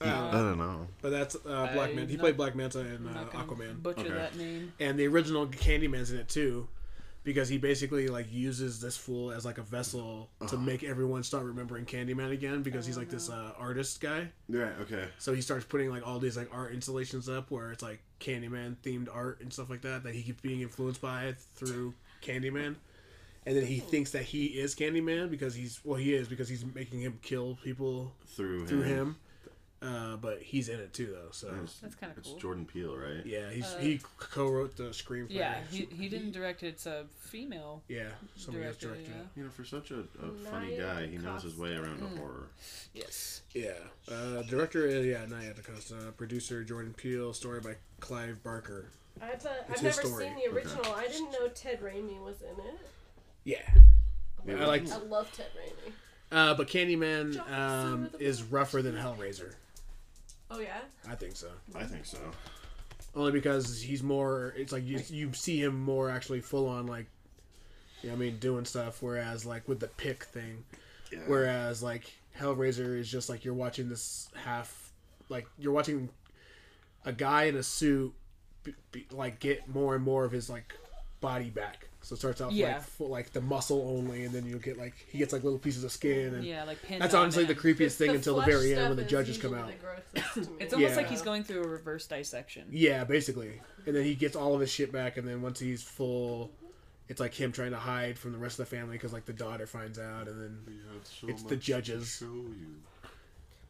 Speaker 2: Uh,
Speaker 4: I don't know.
Speaker 2: but that's uh, Black
Speaker 1: I'm
Speaker 2: Manta. He
Speaker 1: not-
Speaker 2: played Black Manta
Speaker 1: I'm
Speaker 2: in uh,
Speaker 1: not gonna
Speaker 2: Aquaman.
Speaker 1: Butcher
Speaker 4: Okay.
Speaker 1: that name.
Speaker 2: and the original Candyman's in it too, because he basically like uses this fool as like a vessel to make everyone start remembering Candyman again because he's like this uh, artist guy.
Speaker 4: Yeah. Okay.
Speaker 2: So he starts putting like all these like art installations up where it's like Candyman themed art and stuff like that that he keeps being influenced by through Candyman. And then he thinks that he is Candyman because he's well he is because he's making him kill people
Speaker 4: Through
Speaker 2: through
Speaker 4: him.
Speaker 2: him. Uh, but he's in it too though. So
Speaker 4: It's-
Speaker 1: That's kinda
Speaker 4: It's
Speaker 1: cool.
Speaker 4: Jordan Peele, right?
Speaker 2: yeah, he's
Speaker 1: Uh,
Speaker 2: he co-wrote the screenplay.
Speaker 1: Yeah, he, he didn't direct it. It's a female
Speaker 2: yeah, somebody else
Speaker 1: director.
Speaker 2: directed it.
Speaker 1: yeah.
Speaker 4: You know, for such a, a funny
Speaker 3: Maya
Speaker 4: guy, he knows his way around
Speaker 1: Mm.
Speaker 4: a horror.
Speaker 1: Yes.
Speaker 2: Yeah. Uh, director, uh, yeah, Naya DaCosta. Producer, Jordan Peele. Story by Clive Barker.
Speaker 3: I've, uh,
Speaker 2: It's
Speaker 3: I've
Speaker 2: his
Speaker 3: never
Speaker 2: story.
Speaker 3: seen the original. I didn't know Ted Raimi was in it.
Speaker 2: Yeah.
Speaker 4: Yeah,
Speaker 2: I liked-
Speaker 3: I love Ted Raimi.
Speaker 2: Uh, but Candyman um, is rougher than Hellraiser.
Speaker 3: Oh, yeah?
Speaker 2: I think so.
Speaker 4: I think so.
Speaker 2: Only because he's more. It's like you, you see him more actually full on like. You know what I mean, doing stuff. Whereas like with the pick thing,
Speaker 4: Yeah.
Speaker 2: whereas like Hellraiser is just like you're watching this half, like you're watching a guy in a suit, be, be, like get more and more of his like body back. So it starts off
Speaker 1: Yeah.
Speaker 2: like full, like the muscle only, and then you'll get like he gets like little pieces of skin, and
Speaker 1: Yeah, like pinned
Speaker 2: that's
Speaker 1: on
Speaker 2: honestly the
Speaker 1: him.
Speaker 2: creepiest thing until the
Speaker 3: flesh
Speaker 2: very end
Speaker 3: stuff
Speaker 2: when the
Speaker 3: is
Speaker 2: judges come
Speaker 3: usually
Speaker 2: out.
Speaker 3: the grossest to me.
Speaker 1: It's almost
Speaker 2: Yeah.
Speaker 1: like he's going through a reverse dissection.
Speaker 2: Yeah, basically. And then he gets all of his shit back, and then once he's full, it's like him trying to hide from the rest of the family because like the daughter finds out, and then It's the much to judges. show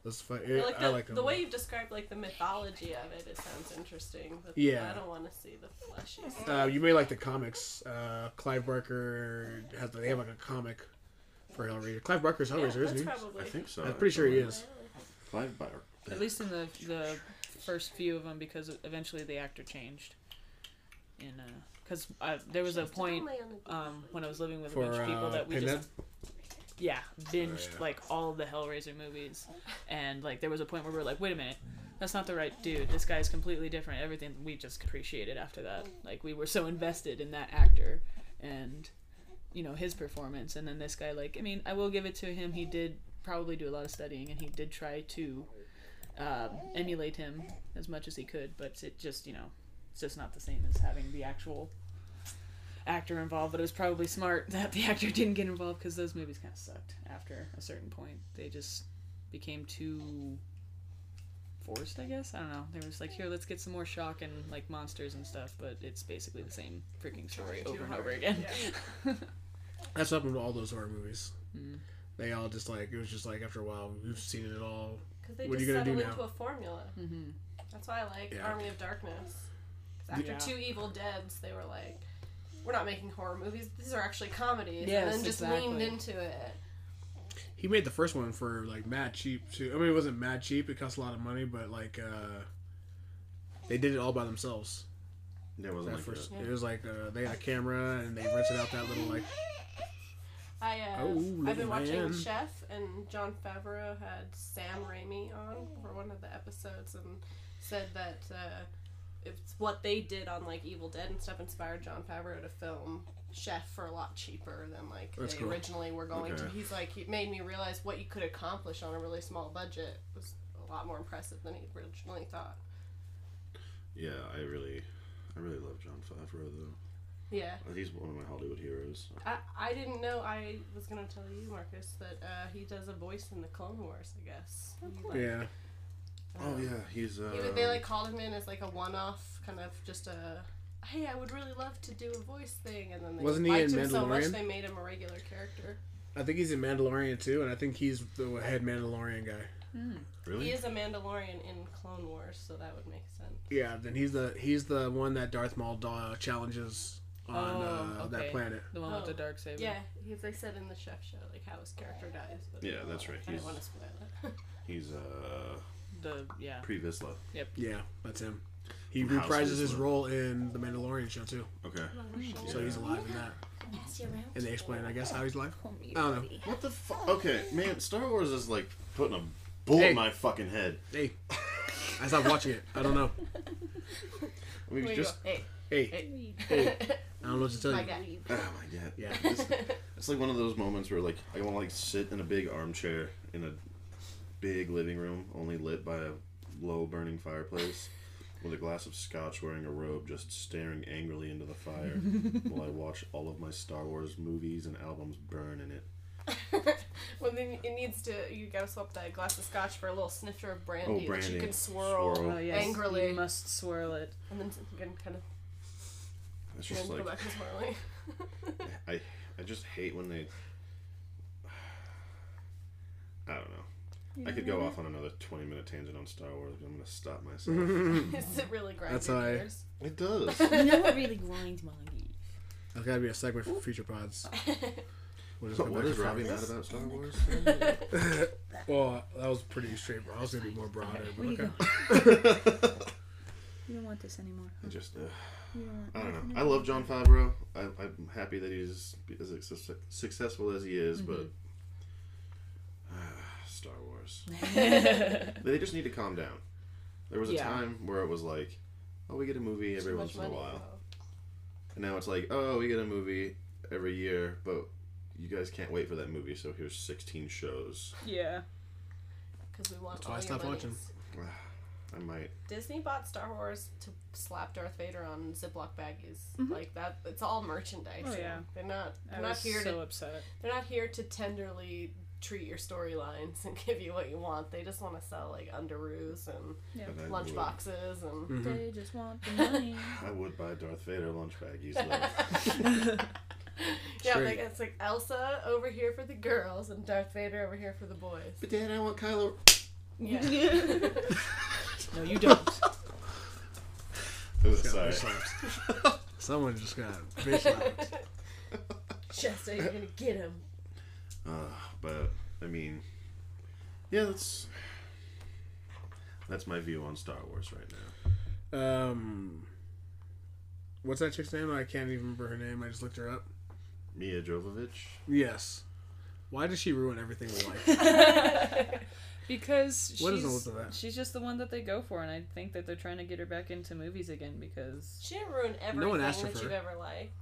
Speaker 2: let's fight.
Speaker 3: I like the,
Speaker 2: I like him.
Speaker 3: the way you've described like the mythology of it. It sounds interesting. But
Speaker 2: Yeah.
Speaker 3: I don't want to see the fleshy. stuff.
Speaker 2: Uh, you may like the comics. Uh, Clive Barker has they have like a comic for Hellraiser. Clive Barker's
Speaker 3: Yeah,
Speaker 2: Hellraiser,
Speaker 3: that's
Speaker 2: isn't he?
Speaker 3: probably.
Speaker 4: I think so.
Speaker 2: I'm pretty sure he
Speaker 4: actually.
Speaker 2: is.
Speaker 4: Clive Barker.
Speaker 1: At least in the the first few of them, because e-, eventually the actor changed. In because uh, there was a point um, when I was living with a
Speaker 2: For
Speaker 1: bunch of people
Speaker 2: uh,
Speaker 1: that we
Speaker 2: Pinhead?
Speaker 1: just yeah binged
Speaker 2: Oh, yeah.
Speaker 1: like all the Hellraiser movies, and like there was a point where we were like, wait a minute, that's not the right dude. This guy's completely different. Everything we just appreciated after that. Like we were so invested in that actor, and you know his performance, and then this guy. Like I mean, I will give it to him. He did probably do a lot of studying, and he did try to um, emulate him as much as he could, but it just you know. It's just not the same as having the actual actor involved, but it was probably smart [laughs] that the actor didn't get involved because those movies kind of sucked after a certain point. They just became too forced, I guess. I don't know. They were just like, here, let's get some more shock and like monsters and stuff, but it's basically the same freaking story over and over again.
Speaker 3: [laughs]
Speaker 2: That's what happened to all those horror movies.
Speaker 1: Mm.
Speaker 2: They all just like it was just like after a while we've seen it all.
Speaker 3: Because they
Speaker 2: What are
Speaker 3: just
Speaker 2: you gonna do
Speaker 3: settle
Speaker 2: now?
Speaker 3: into a formula.
Speaker 1: Mhm.
Speaker 3: That's why I like
Speaker 2: Yeah.
Speaker 3: Army of Darkness. 'Cause after
Speaker 1: Yeah.
Speaker 3: two Evil Deads, they were like, we're not making horror movies. These are actually comedies. and
Speaker 1: Yes,
Speaker 3: then just leaned
Speaker 1: exactly.
Speaker 3: into it.
Speaker 2: He made the first one for like mad cheap too. I mean, it wasn't mad cheap. It cost a lot of money, but like uh, they did it all by themselves.
Speaker 4: Yeah, it wasn't
Speaker 2: That
Speaker 4: like
Speaker 2: first,
Speaker 4: a-
Speaker 2: it was like uh, they had a camera and they rented out that little like
Speaker 3: I uh,
Speaker 2: Oh,
Speaker 3: I've
Speaker 2: little
Speaker 3: been watching
Speaker 2: man.
Speaker 3: Chef and John Favreau had Sam Raimi on for one of the episodes and said that uh, it's what they did on like Evil Dead and stuff inspired John Favreau to film Chef for a lot cheaper than like
Speaker 2: That's
Speaker 3: they
Speaker 2: cool.
Speaker 3: originally were going to.
Speaker 4: Okay.
Speaker 3: He's like it made me realize what you could accomplish on a really small budget was a lot more impressive than he originally thought.
Speaker 4: yeah, I really, I really love John Favreau though.
Speaker 3: Yeah.
Speaker 4: He's one of my Hollywood heroes.
Speaker 3: I, I didn't know I was gonna tell you, Marcus, that uh, he does a voice in the Clone Wars. I guess. He, um, like,
Speaker 2: yeah.
Speaker 4: Oh yeah, he's. Uh,
Speaker 3: He, was- they like called him in as like a one-off, kind of just a. Hey, I would really love to do a voice thing, and then they
Speaker 2: Wasn't he
Speaker 3: liked
Speaker 2: in
Speaker 3: him so much
Speaker 2: Mandalorian?
Speaker 3: they made him a regular character.
Speaker 2: I think he's in Mandalorian too, and I think he's the head Mandalorian guy.
Speaker 4: really.
Speaker 3: He is a Mandalorian in Clone Wars, so that would make sense.
Speaker 2: Yeah, then he's the he's the one that Darth Maul uh, challenges on
Speaker 1: Oh,
Speaker 2: uh, that
Speaker 1: okay.
Speaker 2: planet.
Speaker 1: The one with the dark saber.
Speaker 3: Yeah, because they said in the chef show like how his character dies. But
Speaker 4: Yeah, that's right.
Speaker 3: I
Speaker 4: He's
Speaker 3: don't want to spoil
Speaker 4: [laughs]
Speaker 3: it. [laughs]
Speaker 4: he's uh
Speaker 1: The yeah.
Speaker 4: pre Vizsla.
Speaker 2: Yeah, that's him. He
Speaker 4: From House
Speaker 2: reprises his
Speaker 4: Vizsla.
Speaker 2: role in the Mandalorian show too,
Speaker 4: Okay.
Speaker 3: Oh,
Speaker 2: so he's alive in that. And they explain, I guess, how he's alive. I don't know.
Speaker 4: What the fuck? Okay, man, Star Wars is like putting a bull
Speaker 2: Hey.
Speaker 4: in my fucking head.
Speaker 2: Hey, I stopped watching it. I don't know.
Speaker 4: I mean,
Speaker 3: Where you
Speaker 4: just
Speaker 3: go, hey,
Speaker 2: Hey,
Speaker 3: hey,
Speaker 2: I don't know what to tell
Speaker 3: my
Speaker 2: you.
Speaker 3: guy.
Speaker 4: oh my god.
Speaker 2: Yeah.
Speaker 4: [laughs] It's, it's like one of those moments where like I want to like sit in a big armchair in a big living room, only lit by a low burning fireplace. With a glass of scotch, wearing a robe, just staring angrily into the fire while I watch all of my Star Wars movies and albums burn in it.
Speaker 3: Well, then it needs to. You gotta swap that glass of scotch for a little snifter of brandy,
Speaker 4: Oh, brandy!
Speaker 3: which you can swirl,
Speaker 1: Oh yes.
Speaker 3: Angrily.
Speaker 1: You must swirl it.
Speaker 3: and then you can kind of
Speaker 4: It's
Speaker 3: then
Speaker 4: just
Speaker 3: go
Speaker 4: like [laughs]
Speaker 3: back to swirling. [laughs]
Speaker 4: I I just hate when they. [sighs] I don't know. I could go off on another twenty minute tangent on Star Wars, but I'm gonna stop myself.
Speaker 3: Is it really grinding?
Speaker 2: That's how I-
Speaker 4: it [laughs]
Speaker 1: [laughs]
Speaker 4: does.
Speaker 1: You know what [laughs] really grinds my
Speaker 2: [laughs] That's gotta be a segment for future pods. We'll just go
Speaker 4: what
Speaker 2: back
Speaker 4: is
Speaker 2: to
Speaker 4: Robbie
Speaker 2: Fox.
Speaker 4: mad about Star Wars? [laughs]
Speaker 2: Well, that was pretty straight. I was gonna be more broader, but okay. [laughs]
Speaker 1: You don't want this anymore.
Speaker 4: I just, uh, I don't know. I love John Favreau. I, I'm happy that he's as success- successful as he is, but uh, [sighs] Star Wars. they just need to calm down. There was a
Speaker 1: Yeah.
Speaker 4: time where it was like, oh, we get a movie every once in a while. And now it's like, oh, we get a movie every year, but you guys can't wait for that movie, so here's 16 shows.
Speaker 1: [laughs] Yeah.
Speaker 3: Because we want
Speaker 2: That's
Speaker 3: all
Speaker 2: why I
Speaker 3: your
Speaker 2: stopped
Speaker 3: monies.
Speaker 2: watching.
Speaker 4: I might.
Speaker 3: Disney bought Star Wars to slap Darth Vader on Ziploc baggies. Like that, it's all merchandise.
Speaker 1: Mm-hmm. Oh,
Speaker 3: now.
Speaker 1: yeah.
Speaker 3: they're not. They're
Speaker 1: I
Speaker 3: not
Speaker 1: was
Speaker 3: here
Speaker 1: so
Speaker 3: to.
Speaker 1: upset.
Speaker 3: They're not here to tenderly treat your storylines [laughs] and give you what you want. They just want to sell like underoos and
Speaker 4: but I
Speaker 3: lunch
Speaker 4: would-
Speaker 3: boxes
Speaker 2: Mm-hmm.
Speaker 3: and
Speaker 1: They just want the money.
Speaker 4: I would buy Darth Vader lunch baggies, though.
Speaker 3: yeah,
Speaker 2: True.
Speaker 3: like it's like Elsa over here for the girls and Darth Vader over here for the boys.
Speaker 4: but Dad, I want Kylo.
Speaker 1: [laughs]
Speaker 3: Yeah,
Speaker 1: [laughs]
Speaker 3: [laughs]
Speaker 1: No, you [laughs] don't.
Speaker 4: Ooh,
Speaker 2: Got
Speaker 4: sorry.
Speaker 2: bitch slapped. [laughs] Someone just got bitch slapped.
Speaker 3: Shasta, you're gonna get him.
Speaker 4: Uh, but I mean, yeah, that's that's my view on Star Wars right now.
Speaker 2: Um, what's that chick's name? I can't even remember her name. I just looked her up.
Speaker 4: Mia Jovovich.
Speaker 2: Yes. Why does she ruin everything we
Speaker 1: [laughs]
Speaker 2: like?
Speaker 1: Because
Speaker 2: What is the
Speaker 1: she's,
Speaker 2: look of that?
Speaker 1: she's just the one that they go for, and I think that they're trying to get her back into movies again because
Speaker 3: She didn't ruin everything
Speaker 2: No one asked her
Speaker 3: that
Speaker 2: for
Speaker 3: you've
Speaker 2: it.
Speaker 3: ever liked.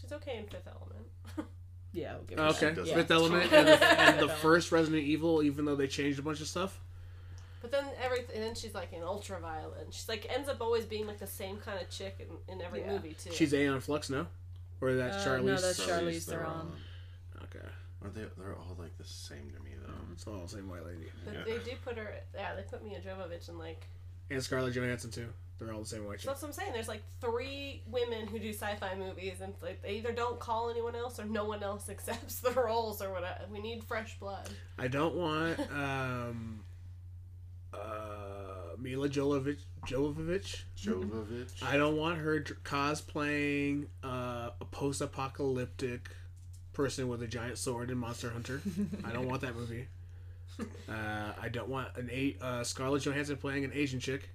Speaker 3: She's okay in Fifth Element.
Speaker 1: yeah, I'll give her
Speaker 2: Uh, okay,
Speaker 1: that.
Speaker 4: does.
Speaker 2: Fifth Element and
Speaker 1: [laughs]
Speaker 2: the, and the first Resident Evil, even though they changed a bunch of stuff.
Speaker 3: But then everything, and then she's like in ultraviolet. She's like ends up always being like the same kind of chick in, in every
Speaker 1: Yeah.
Speaker 3: movie too.
Speaker 2: She's Aeon Flux, no? Or that's
Speaker 1: Uh,
Speaker 2: Charlize?
Speaker 1: no, that's- Charlize
Speaker 4: they're
Speaker 1: Theron.
Speaker 2: Okay,
Speaker 4: Aren't they? They're all like the same to me though.
Speaker 2: it's all the same white lady.
Speaker 3: but
Speaker 4: yeah.
Speaker 3: they do put her. Yeah, they put Mia Jovovich in like.
Speaker 2: And Scarlett Johansson, too. They're all the same white
Speaker 3: So
Speaker 2: chick.
Speaker 3: that's what I'm saying. There's like three women who do sci-fi movies, and it's like they either don't call anyone else or no one else [laughs] accepts the roles or whatever. We
Speaker 1: [laughs]
Speaker 3: need fresh blood.
Speaker 2: I don't want um, uh, Mila Jovovich. Jovovich.
Speaker 1: Mm-hmm.
Speaker 4: Jovovich.
Speaker 2: I don't want her dr- cosplaying uh, a post-apocalyptic person with a giant sword in Monster [laughs] Hunter. I don't want that movie. Uh, I don't want an a uh, Scarlett Johansson playing an Asian chick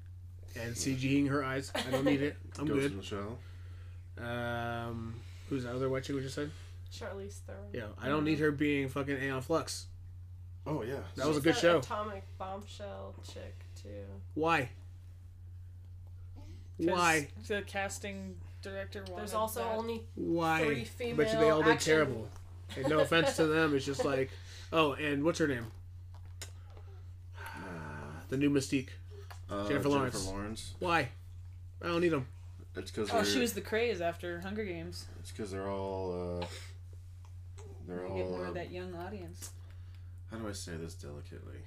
Speaker 2: and CGing her eyes. I don't need it. I'm
Speaker 4: Ghost
Speaker 2: good.
Speaker 4: in the Shell.
Speaker 2: Um, who's that other white chick we just said?
Speaker 3: Charlize Theron.
Speaker 2: Yeah, I don't need her being fucking Aeon Flux.
Speaker 4: Oh yeah.
Speaker 2: That was a
Speaker 3: She's
Speaker 2: good
Speaker 3: that
Speaker 2: show.
Speaker 3: Atomic bombshell chick too.
Speaker 2: Why? Why?
Speaker 1: The casting director.
Speaker 3: There's
Speaker 1: wanted
Speaker 3: also
Speaker 1: that.
Speaker 3: only
Speaker 2: Why?
Speaker 3: three
Speaker 2: I
Speaker 3: female.
Speaker 2: bet you they all did
Speaker 3: action-
Speaker 2: terrible. And no offense to them, it's just like, oh, and what's her name? [sighs] The new Mystique.
Speaker 4: Uh,
Speaker 2: Jennifer Lawrence.
Speaker 4: Jennifer Lawrence.
Speaker 2: Why? I don't need them.
Speaker 4: It's because
Speaker 1: Oh, she was the craze after Hunger Games.
Speaker 4: It's because they're all. Uh,
Speaker 1: You
Speaker 4: they're
Speaker 1: get
Speaker 4: all.
Speaker 1: more
Speaker 4: Uh,
Speaker 1: of
Speaker 2: um,
Speaker 1: that young audience.
Speaker 4: how do I say this delicately?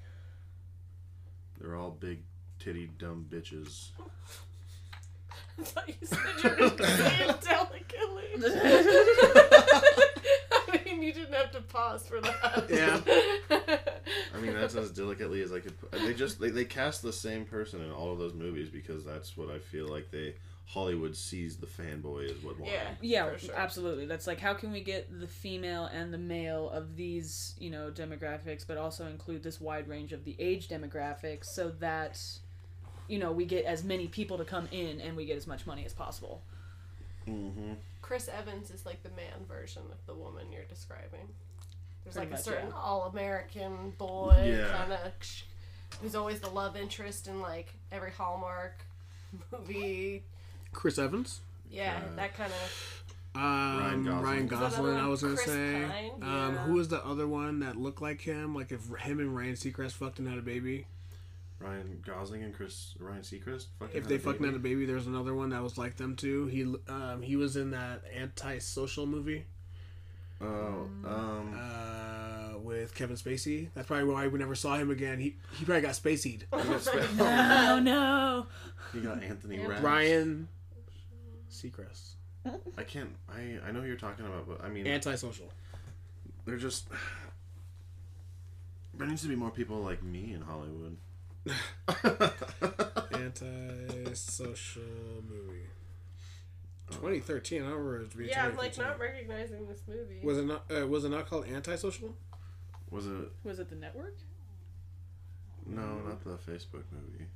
Speaker 4: They're all big titty dumb bitches.
Speaker 3: [laughs] I thought you said you were gonna say it
Speaker 1: [laughs]
Speaker 3: delicately. [laughs] I mean, you didn't have to pause for that.
Speaker 2: Yeah.
Speaker 4: I mean, that's as delicately as I could. Put. They just they, they cast the same person in all of those movies because that's what I feel like they Hollywood sees the fanboy is what.
Speaker 3: [laughs] yeah.
Speaker 1: Yeah,
Speaker 3: for sure.
Speaker 1: absolutely. That's like how can we get the female and the male of these, you know, demographics, but also include this wide range of the age demographics so that you know, we get as many people to come in and we get as much money as possible.
Speaker 4: Mm-hmm.
Speaker 3: Chris Evans is like the man version of the woman you're describing. There's
Speaker 1: Pretty
Speaker 3: like
Speaker 1: much,
Speaker 3: a certain
Speaker 1: yeah.
Speaker 3: all-American boy
Speaker 4: Yeah.
Speaker 3: kind of who's always the love interest in like every Hallmark [laughs] movie.
Speaker 2: Chris Evans?
Speaker 3: Yeah,
Speaker 4: Uh,
Speaker 3: that kind of.
Speaker 2: Um, Ryan Gosling.
Speaker 4: Gosling. Is
Speaker 3: that other
Speaker 2: I
Speaker 3: one?
Speaker 2: was going to
Speaker 3: Chris
Speaker 2: say.
Speaker 3: Pine?
Speaker 2: Um,
Speaker 3: Yeah.
Speaker 2: Who was the other one that looked like him? Like if him and Ryan Seacrest fucked and had a baby?
Speaker 4: Ryan Gosling and Chris Ryan Seacrest. Fucking
Speaker 2: If
Speaker 4: had
Speaker 2: they
Speaker 4: a
Speaker 2: fucking
Speaker 4: baby.
Speaker 2: had a baby, there's another one that was like them too. He um, he was in that anti-social movie
Speaker 4: Oh,
Speaker 2: [laughs]
Speaker 4: um,
Speaker 2: uh, with Kevin Spacey. That's probably why we never saw him again. He he probably got spaceyed.
Speaker 4: you got,
Speaker 1: [laughs] Oh no.
Speaker 4: [laughs] you got Anthony Rapp.
Speaker 2: Ryan Seacrest.
Speaker 4: I can't. I I know who you're talking about, but I mean,
Speaker 2: Antisocial.
Speaker 4: they're just. [sighs] There needs to be more people like me in Hollywood.
Speaker 2: Antisocial movie.
Speaker 4: Oh,
Speaker 2: 2013. I don't remember it being
Speaker 3: Yeah, I'm like
Speaker 2: 2013.
Speaker 3: not recognizing this movie.
Speaker 2: Was it not? Uh, was it not called antisocial?
Speaker 4: Was it
Speaker 1: Was it the network?
Speaker 2: Mm.
Speaker 4: no, not the Facebook movie.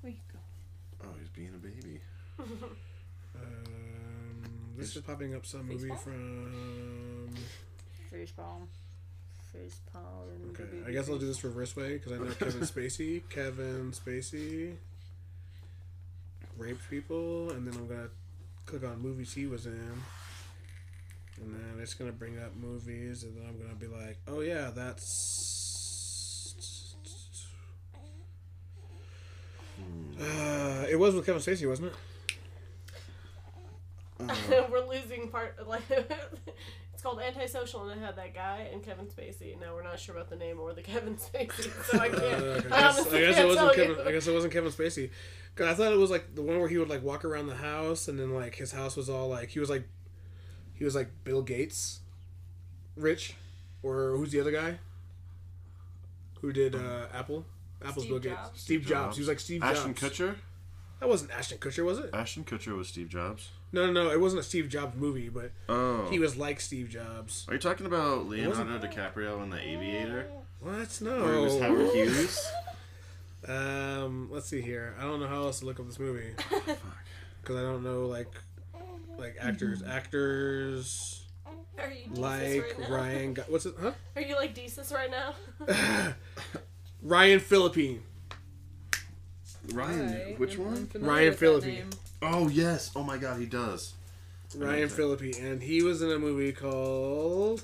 Speaker 1: Where you go?
Speaker 4: Oh, he's being a baby.
Speaker 2: Um, this is popping up some movie
Speaker 1: Baseball?
Speaker 2: from.
Speaker 1: Face palm. Face palm.
Speaker 2: Okay, I guess I'll do this reverse way because I know Kevin Spacey. Kevin Spacey raped people, and then I'm gonna click on movies he was in, and then it's gonna bring up movies, and then I'm gonna be like, oh yeah, that's. Uh, [sighs] it was with Kevin Spacey, wasn't it?
Speaker 3: [laughs] we're losing part. Like [laughs] it's called Antisocial, and it had that guy and Kevin Spacey. Now we're not sure about the name or the [laughs] Kevin Spacey, so I can't.
Speaker 2: Uh, I
Speaker 3: I
Speaker 2: guess, I
Speaker 3: honestly
Speaker 2: guess it
Speaker 3: can't
Speaker 2: wasn't
Speaker 3: tell
Speaker 2: Kevin.
Speaker 3: you.
Speaker 2: I guess it wasn't Kevin Spacey. 'Cause I thought it was like the one where he would like walk around the house, and then like his house was all like he was like he was like Bill Gates, rich, or who's the other guy who did uh, Apple? Apple's
Speaker 3: Steve
Speaker 2: Bill Gates.
Speaker 3: Jobs?
Speaker 2: Steve Jobs. He was like Steve
Speaker 4: Ashton
Speaker 2: Jobs.
Speaker 4: Kutcher.
Speaker 2: That wasn't Ashton Kutcher, was it?
Speaker 4: Ashton Kutcher was Steve Jobs.
Speaker 2: No, no, no. It wasn't a Steve Jobs movie, but
Speaker 4: Oh,
Speaker 2: he was like Steve Jobs.
Speaker 4: are you talking about Leonardo DiCaprio in The Aviator?
Speaker 2: What?
Speaker 4: Where he was
Speaker 2: No.
Speaker 4: Howard
Speaker 2: [laughs]
Speaker 4: Hughes.
Speaker 2: Um, let's see here. I don't know how else to look up this movie because I don't know like like actors, actors
Speaker 3: Are you desus right
Speaker 2: like
Speaker 3: now? Oh,
Speaker 2: Ryan. Go- what's it? Huh?
Speaker 3: Are you like Desus right [laughs] now?
Speaker 2: Ryan Philippine.
Speaker 4: Ryan, which one?
Speaker 2: Hmm, Ryan Phillippe.
Speaker 4: Oh yes. Oh my God, he does.
Speaker 2: Ryan
Speaker 4: Okay.
Speaker 2: Phillippe, and he was in a movie called.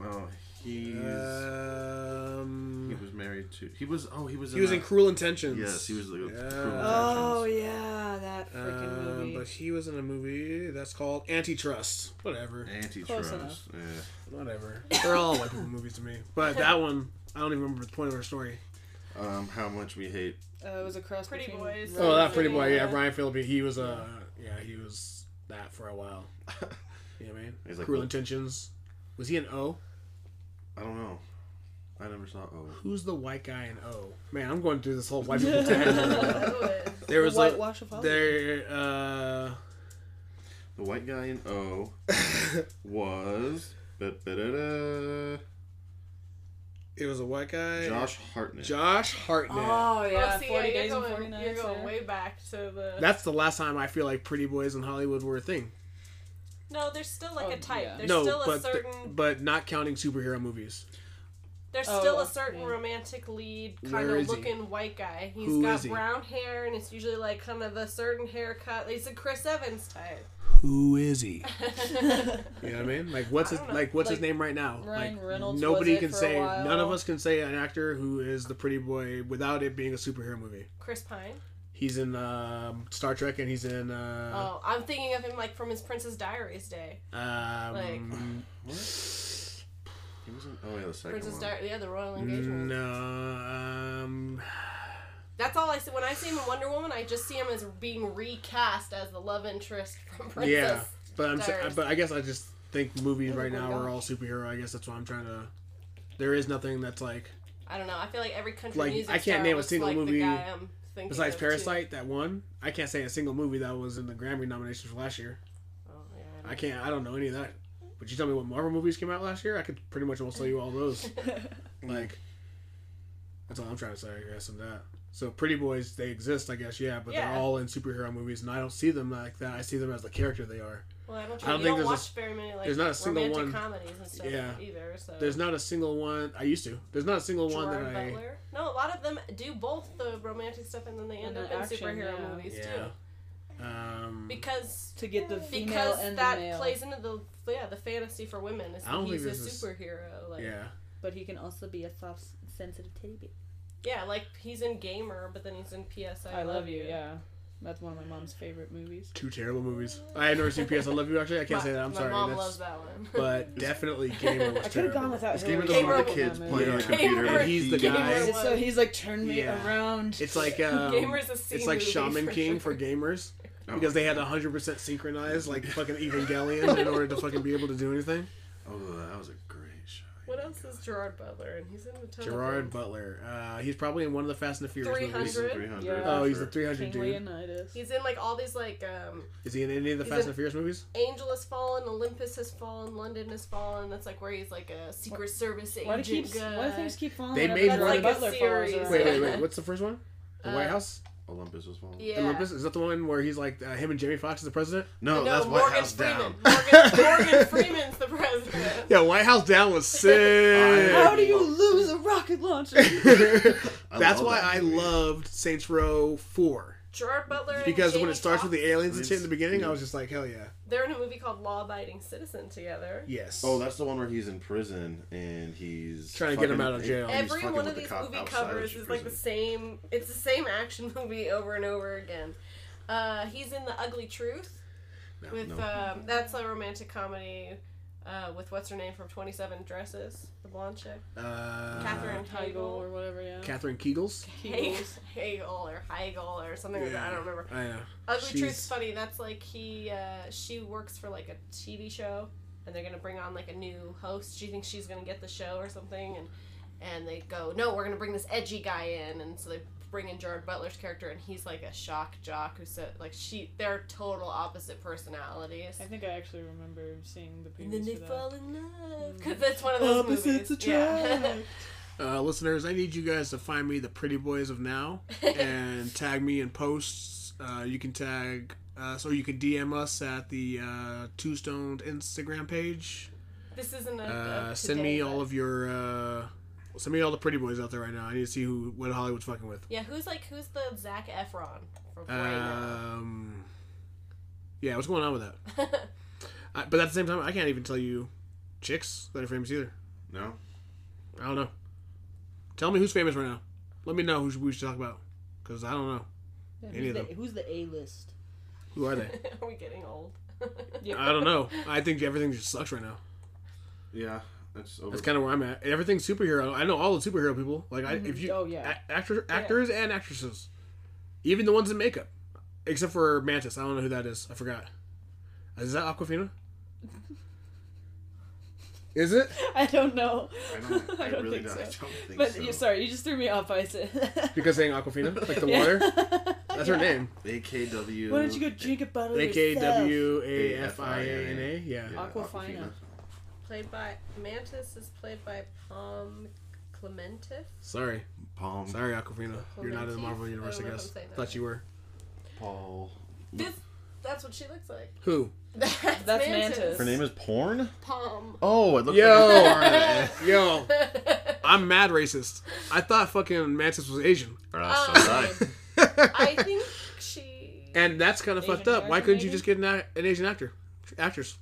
Speaker 4: Oh, he's.
Speaker 2: Uh,
Speaker 4: he
Speaker 2: Um,
Speaker 4: was married to. He was. Oh, he was.
Speaker 2: he was in
Speaker 4: that-
Speaker 2: Cruel Intentions.
Speaker 4: Yes, he was like.
Speaker 2: Yeah.
Speaker 1: Oh yeah, that freaking
Speaker 2: Um,
Speaker 1: movie.
Speaker 2: but he was in a movie that's called Antitrust. Whatever.
Speaker 1: Close
Speaker 4: Antitrust.
Speaker 1: enough.
Speaker 4: Yeah.
Speaker 2: Whatever. They're all white people movies to me. But that one, I don't even remember the point of her story.
Speaker 4: Um, how much we hate.
Speaker 1: Uh, it was a cross
Speaker 3: Pretty
Speaker 1: between
Speaker 3: Boys.
Speaker 1: Road
Speaker 2: Oh, that
Speaker 1: Rage
Speaker 2: pretty boy. Yeah,
Speaker 3: Yeah.
Speaker 2: Ryan Phillippe. He was uh, yeah, he was that for a
Speaker 4: [laughs]
Speaker 2: while. You know what I mean?
Speaker 4: He's like,
Speaker 2: Cruel
Speaker 4: "Look."
Speaker 2: Intentions. Was he an O?
Speaker 4: I don't know. I I never saw. Oh,
Speaker 2: Who's the white guy in O? Man, I'm going through this
Speaker 3: [laughs]
Speaker 2: whole white people tangent. There was
Speaker 1: the
Speaker 2: a
Speaker 1: whitewash of Hollywood.
Speaker 2: there. Uh,
Speaker 4: the white guy in O was ba-ba-da-da,
Speaker 2: it was a white guy.
Speaker 4: Josh Hartnett.
Speaker 2: Josh Hartnett.
Speaker 1: Oh yeah,
Speaker 3: oh, see,
Speaker 1: forty
Speaker 3: yeah,
Speaker 1: days
Speaker 3: you're
Speaker 1: and
Speaker 3: going,
Speaker 1: forty nights.
Speaker 3: You're going
Speaker 1: yeah. [laughs]
Speaker 3: way back to the.
Speaker 2: That's the last time I feel like pretty boys in Hollywood were a thing.
Speaker 3: no, there's still like
Speaker 1: Oh,
Speaker 3: a type.
Speaker 1: yeah.
Speaker 3: There's
Speaker 2: no,
Speaker 3: still
Speaker 2: but
Speaker 3: a certain.
Speaker 2: but not counting superhero movies.
Speaker 3: There's
Speaker 1: Oh,
Speaker 3: still a certain
Speaker 1: yeah.
Speaker 3: romantic lead kind
Speaker 2: Where
Speaker 3: of
Speaker 2: is he?
Speaker 3: looking white guy. He's
Speaker 2: Who
Speaker 3: got
Speaker 2: is he?
Speaker 3: brown hair and it's usually like kind of a certain haircut. He's a Chris Evans
Speaker 2: [laughs]
Speaker 3: type. [laughs]
Speaker 2: Who is he? You know what I mean? Like what's
Speaker 3: I
Speaker 2: his
Speaker 3: don't know.
Speaker 2: like what's his
Speaker 1: Like,
Speaker 2: name right now?
Speaker 1: Ryan
Speaker 2: like
Speaker 1: Reynolds was
Speaker 2: nobody
Speaker 1: it
Speaker 2: can
Speaker 1: for a
Speaker 2: say
Speaker 1: while.
Speaker 2: none of us can say an actor who is the pretty boy without it being a superhero movie.
Speaker 3: Chris Pine.
Speaker 2: He's in um, Star Trek and he's in uh,
Speaker 3: oh, I'm thinking of him like from his Princess Diaries day.
Speaker 2: um,
Speaker 4: He was in, oh yeah, the second
Speaker 3: Princess
Speaker 4: one.
Speaker 3: Diaries, yeah, the royal engagement.
Speaker 2: no um,
Speaker 3: That's all I see. When I see him in Wonder Woman, I just see him as being recast as the love interest from [laughs] Princess.
Speaker 2: yeah. But I'm sa-
Speaker 3: Diaries.
Speaker 2: but I guess I just think movies
Speaker 1: Those are
Speaker 2: right
Speaker 1: good
Speaker 2: now are
Speaker 1: guys.
Speaker 2: all superhero. I guess that's why I'm trying to. There is nothing that's like
Speaker 3: I don't know. I feel like every country
Speaker 2: Like,
Speaker 3: music
Speaker 2: I can't
Speaker 3: star
Speaker 2: name a
Speaker 3: looks
Speaker 2: single
Speaker 3: like
Speaker 2: movie
Speaker 3: the guy I'm thinking
Speaker 2: besides
Speaker 3: of, too.
Speaker 2: Parasite that one. I can't say a single movie that was in the Grammy nominations for last year.
Speaker 3: Oh, yeah, I don't
Speaker 2: I can't. I don't know any of that. But you tell me what Marvel movies came out last year, I could pretty much almost tell you all
Speaker 3: [laughs]
Speaker 2: those. like, that's all I'm trying to say, I guess, on that. So, Pretty Boys, they exist, I guess, yeah, but
Speaker 3: Yeah.
Speaker 2: they're all in superhero movies, and I don't see them like that. I see them as the character they are.
Speaker 3: Well, I don't,
Speaker 2: I don't
Speaker 3: you
Speaker 2: think
Speaker 3: don't
Speaker 2: there's a
Speaker 3: watch
Speaker 2: s-
Speaker 3: very many like
Speaker 2: there's not a single
Speaker 3: romantic
Speaker 2: one-
Speaker 3: comedies and stuff
Speaker 2: Yeah.
Speaker 3: either. So
Speaker 2: There's not a single one. I used to. There's not a single
Speaker 3: Oh. Gerard
Speaker 2: one that I.
Speaker 3: Butler. No, a lot of them do both the romantic stuff and then they end
Speaker 1: And
Speaker 3: up
Speaker 1: the
Speaker 3: in
Speaker 1: action,
Speaker 3: superhero
Speaker 1: yeah.
Speaker 3: movies
Speaker 2: Yeah.
Speaker 3: too.
Speaker 2: Um,
Speaker 3: Because
Speaker 1: To get the [laughs] female
Speaker 3: because
Speaker 1: and the
Speaker 3: that
Speaker 1: male,
Speaker 3: plays into the yeah the fantasy for women is
Speaker 2: I don't
Speaker 3: that he's a
Speaker 2: think this is-
Speaker 3: superhero like yeah.
Speaker 2: yeah.
Speaker 1: but he can also be a soft, sensitive teddy bear.
Speaker 3: like he's in gamer but then he's in PS
Speaker 1: I love you. Yeah, that's one of my mom's favorite movies.
Speaker 2: Two terrible movies. I had never seen PS I Love You, actually. I can't
Speaker 3: my,
Speaker 2: say that. I'm
Speaker 3: my
Speaker 2: sorry.
Speaker 3: mom
Speaker 2: That's-
Speaker 3: loves that one
Speaker 2: [laughs]
Speaker 3: [laughs]
Speaker 2: But definitely Gamer was
Speaker 1: I could have
Speaker 2: terrible.
Speaker 1: gone without.
Speaker 4: This game
Speaker 1: Hillary
Speaker 4: is the one with the
Speaker 1: Clinton
Speaker 4: kids
Speaker 1: in that
Speaker 4: playing on a
Speaker 1: movie.
Speaker 3: Gamer.
Speaker 4: computer.
Speaker 2: And he's the
Speaker 1: Gamer
Speaker 2: guy.
Speaker 1: is- So he's like, turn me
Speaker 2: Yeah.
Speaker 1: around.
Speaker 2: It's like
Speaker 3: [laughs]
Speaker 2: um,
Speaker 3: gamers is
Speaker 2: it's like Shaman King for gamers because they had to 100% synchronize like fucking Evangelion in order to fucking be able to do
Speaker 3: [laughs]
Speaker 2: anything.
Speaker 4: Oh, that was a great show.
Speaker 3: [laughs] what else is Gerard Butler and he's in a ton
Speaker 2: Gerard
Speaker 3: of things.
Speaker 2: Butler. Uh, he's probably in one of the Fast and the Furious movies.
Speaker 3: 300?
Speaker 1: Yeah.
Speaker 2: Oh, he's
Speaker 4: for
Speaker 2: the
Speaker 4: sure.
Speaker 2: 300
Speaker 1: King
Speaker 2: dude.
Speaker 1: Leonidas.
Speaker 3: he's in like all these like um
Speaker 2: Is he in any of the
Speaker 3: He's
Speaker 2: Fast
Speaker 3: in-
Speaker 2: and the Furious movies?
Speaker 3: Angel has fallen, Olympus has fallen, London has fallen. That's like where he's like a Secret Service agent
Speaker 1: Why do keeps?
Speaker 3: guy.
Speaker 1: Why do things keep falling?
Speaker 2: They
Speaker 1: whenever
Speaker 2: made
Speaker 1: Gerard
Speaker 2: one of-
Speaker 1: Butler follows
Speaker 3: Wait,
Speaker 1: around?
Speaker 2: Wait, wait,
Speaker 3: Yeah.
Speaker 2: wait. What's the first one? The White
Speaker 3: Uh,
Speaker 2: House?
Speaker 4: Olympus was falling.
Speaker 3: yeah.
Speaker 2: Olympus? Is that the one where he's like uh, him and Jamie Foxx is the president?
Speaker 4: No,
Speaker 3: No,
Speaker 4: that's White
Speaker 3: Morgan
Speaker 4: House
Speaker 3: Freeman.
Speaker 4: down. [laughs]
Speaker 3: Morgan,
Speaker 2: [laughs]
Speaker 3: Morgan Freeman's the president.
Speaker 2: Yeah, White House
Speaker 3: [laughs]
Speaker 2: Down was
Speaker 1: [laughs] How
Speaker 2: sick.
Speaker 1: do you lose a rocket launcher?
Speaker 2: [laughs]
Speaker 4: I
Speaker 2: That's
Speaker 4: love
Speaker 2: why
Speaker 4: that
Speaker 2: I
Speaker 4: movie.
Speaker 2: loved Saints Row 4.
Speaker 3: Gerard Butler and
Speaker 2: Because when
Speaker 3: Jamie
Speaker 2: it starts with
Speaker 3: Foxx,
Speaker 2: the aliens and shit in the
Speaker 4: It's-
Speaker 2: beginning, I was just like, hell yeah.
Speaker 3: they're in a movie called Law Abiding Citizen together.
Speaker 2: Yes.
Speaker 4: Oh, that's the one where he's in prison and he's
Speaker 2: Trying to get him
Speaker 4: fucking-
Speaker 2: out of jail.
Speaker 4: he's
Speaker 3: Every
Speaker 4: Oh, fucking
Speaker 3: one
Speaker 4: with
Speaker 3: of
Speaker 4: the
Speaker 3: these
Speaker 4: cop
Speaker 3: movie
Speaker 4: outside of
Speaker 3: covers
Speaker 4: his
Speaker 3: is like the
Speaker 4: prison.
Speaker 3: same. It's the same action [laughs] movie over and over again. Uh, he's in The Ugly Truth.
Speaker 2: No,
Speaker 3: with
Speaker 4: no.
Speaker 1: uh,
Speaker 3: um, that's a romantic comedy uh, with what's her name from Twenty Seven Dresses, the blonde chick,
Speaker 2: Uh,
Speaker 3: Catherine
Speaker 1: Heigl
Speaker 3: Heigl.
Speaker 1: or whatever. Yeah.
Speaker 2: Catherine Kegels.
Speaker 1: Kegels.
Speaker 3: Hagel or Heigl or something like that. I don't remember.
Speaker 2: I know.
Speaker 3: Ugly
Speaker 2: She's-
Speaker 3: Truth's funny. That's like he, uh, she works for like a TV show, and they're gonna bring on like a new host. She thinks she's gonna get the show or something, and and they go, no, we're gonna bring this edgy guy in, and so they bring in Gerard Butler's character, and he's like a shock jock who said like she, they're total opposite personalities.
Speaker 1: I think I actually remember seeing the
Speaker 3: And then
Speaker 1: previous
Speaker 3: they
Speaker 1: for that.
Speaker 3: fall in love because [laughs] that's one of those
Speaker 1: Opposites
Speaker 3: movies. Yeah.
Speaker 1: attract.
Speaker 2: Uh, listeners, I need you guys to find me the Pretty Boys of Now and tag me in posts. Uh, you can tag us or you can DM us at the uh, Two Stoned Instagram page.
Speaker 3: [laughs] this isn't a.
Speaker 2: Uh, send me all of your. Uh, send me all the Pretty Boys out there right now. I need to see who what Hollywood's fucking with.
Speaker 3: Yeah, who's like who's the Zach Efron from right
Speaker 2: Um, yeah, what's going on with that?
Speaker 3: now? [laughs]
Speaker 2: I, but at the same time, I can't even tell you chicks that are famous either.
Speaker 4: No,
Speaker 2: I don't know. Tell me who's famous right now. Let me know who we should talk about. Because I don't know. Any
Speaker 1: who's,
Speaker 2: of
Speaker 1: the,
Speaker 2: them.
Speaker 1: who's the A list?
Speaker 2: Who are they?
Speaker 3: [laughs] Are we getting old?
Speaker 2: [laughs] I don't know. I think everything just sucks right now.
Speaker 4: yeah, that's over.
Speaker 2: That's kind of where I'm at. Everything's superhero. I know all the superhero people. Like, I, if you.
Speaker 1: Oh, yeah.
Speaker 2: a- actor, actors and actresses. Even the ones in makeup. Except for Mantis. I don't know who that is. I forgot. Is that Aquafina? Is it?
Speaker 1: [laughs] I don't know.
Speaker 2: [laughs]
Speaker 4: I don't. I, really
Speaker 1: think
Speaker 4: don't, I
Speaker 1: so.
Speaker 4: don't think
Speaker 1: But
Speaker 4: so.
Speaker 1: you're sorry, you just threw me off by saying [laughs]
Speaker 2: Because they ain't Aquafina, like the
Speaker 1: Yeah.
Speaker 2: water. That's her
Speaker 1: Yeah.
Speaker 2: name.
Speaker 4: AKW.
Speaker 1: Why don't you go drink a bottle
Speaker 2: A
Speaker 1: of
Speaker 2: K
Speaker 1: yourself?
Speaker 2: W A F I A N A. Yeah.
Speaker 4: Yeah,
Speaker 1: Aquafina.
Speaker 3: Played by Mantis is played by Palm Clementif.
Speaker 2: Sorry,
Speaker 4: Palm.
Speaker 2: sorry, Aquafina. You're not in the Marvel
Speaker 3: Clementine?
Speaker 2: universe, I
Speaker 3: I don't know
Speaker 2: guess.
Speaker 3: if I'm saying that
Speaker 2: Thought you were.
Speaker 4: Paul.
Speaker 3: This, that's what she looks like.
Speaker 2: Who?
Speaker 3: [laughs] That's,
Speaker 1: That's
Speaker 3: Mantis.
Speaker 1: Mantis.
Speaker 4: Her name is Porn.
Speaker 3: [laughs] Palm.
Speaker 4: Oh, it
Speaker 2: [laughs]
Speaker 4: looks
Speaker 2: Yo, yo,
Speaker 3: I
Speaker 2: I'm mad racist. I thought fucking Mantis was Asian,
Speaker 4: like.
Speaker 2: [laughs]
Speaker 3: Um, think she.
Speaker 2: and that's kind of
Speaker 1: Asian
Speaker 2: fucked up. Why
Speaker 1: American,
Speaker 2: couldn't you
Speaker 1: maybe?
Speaker 2: just get an, a- an Asian actor, actress?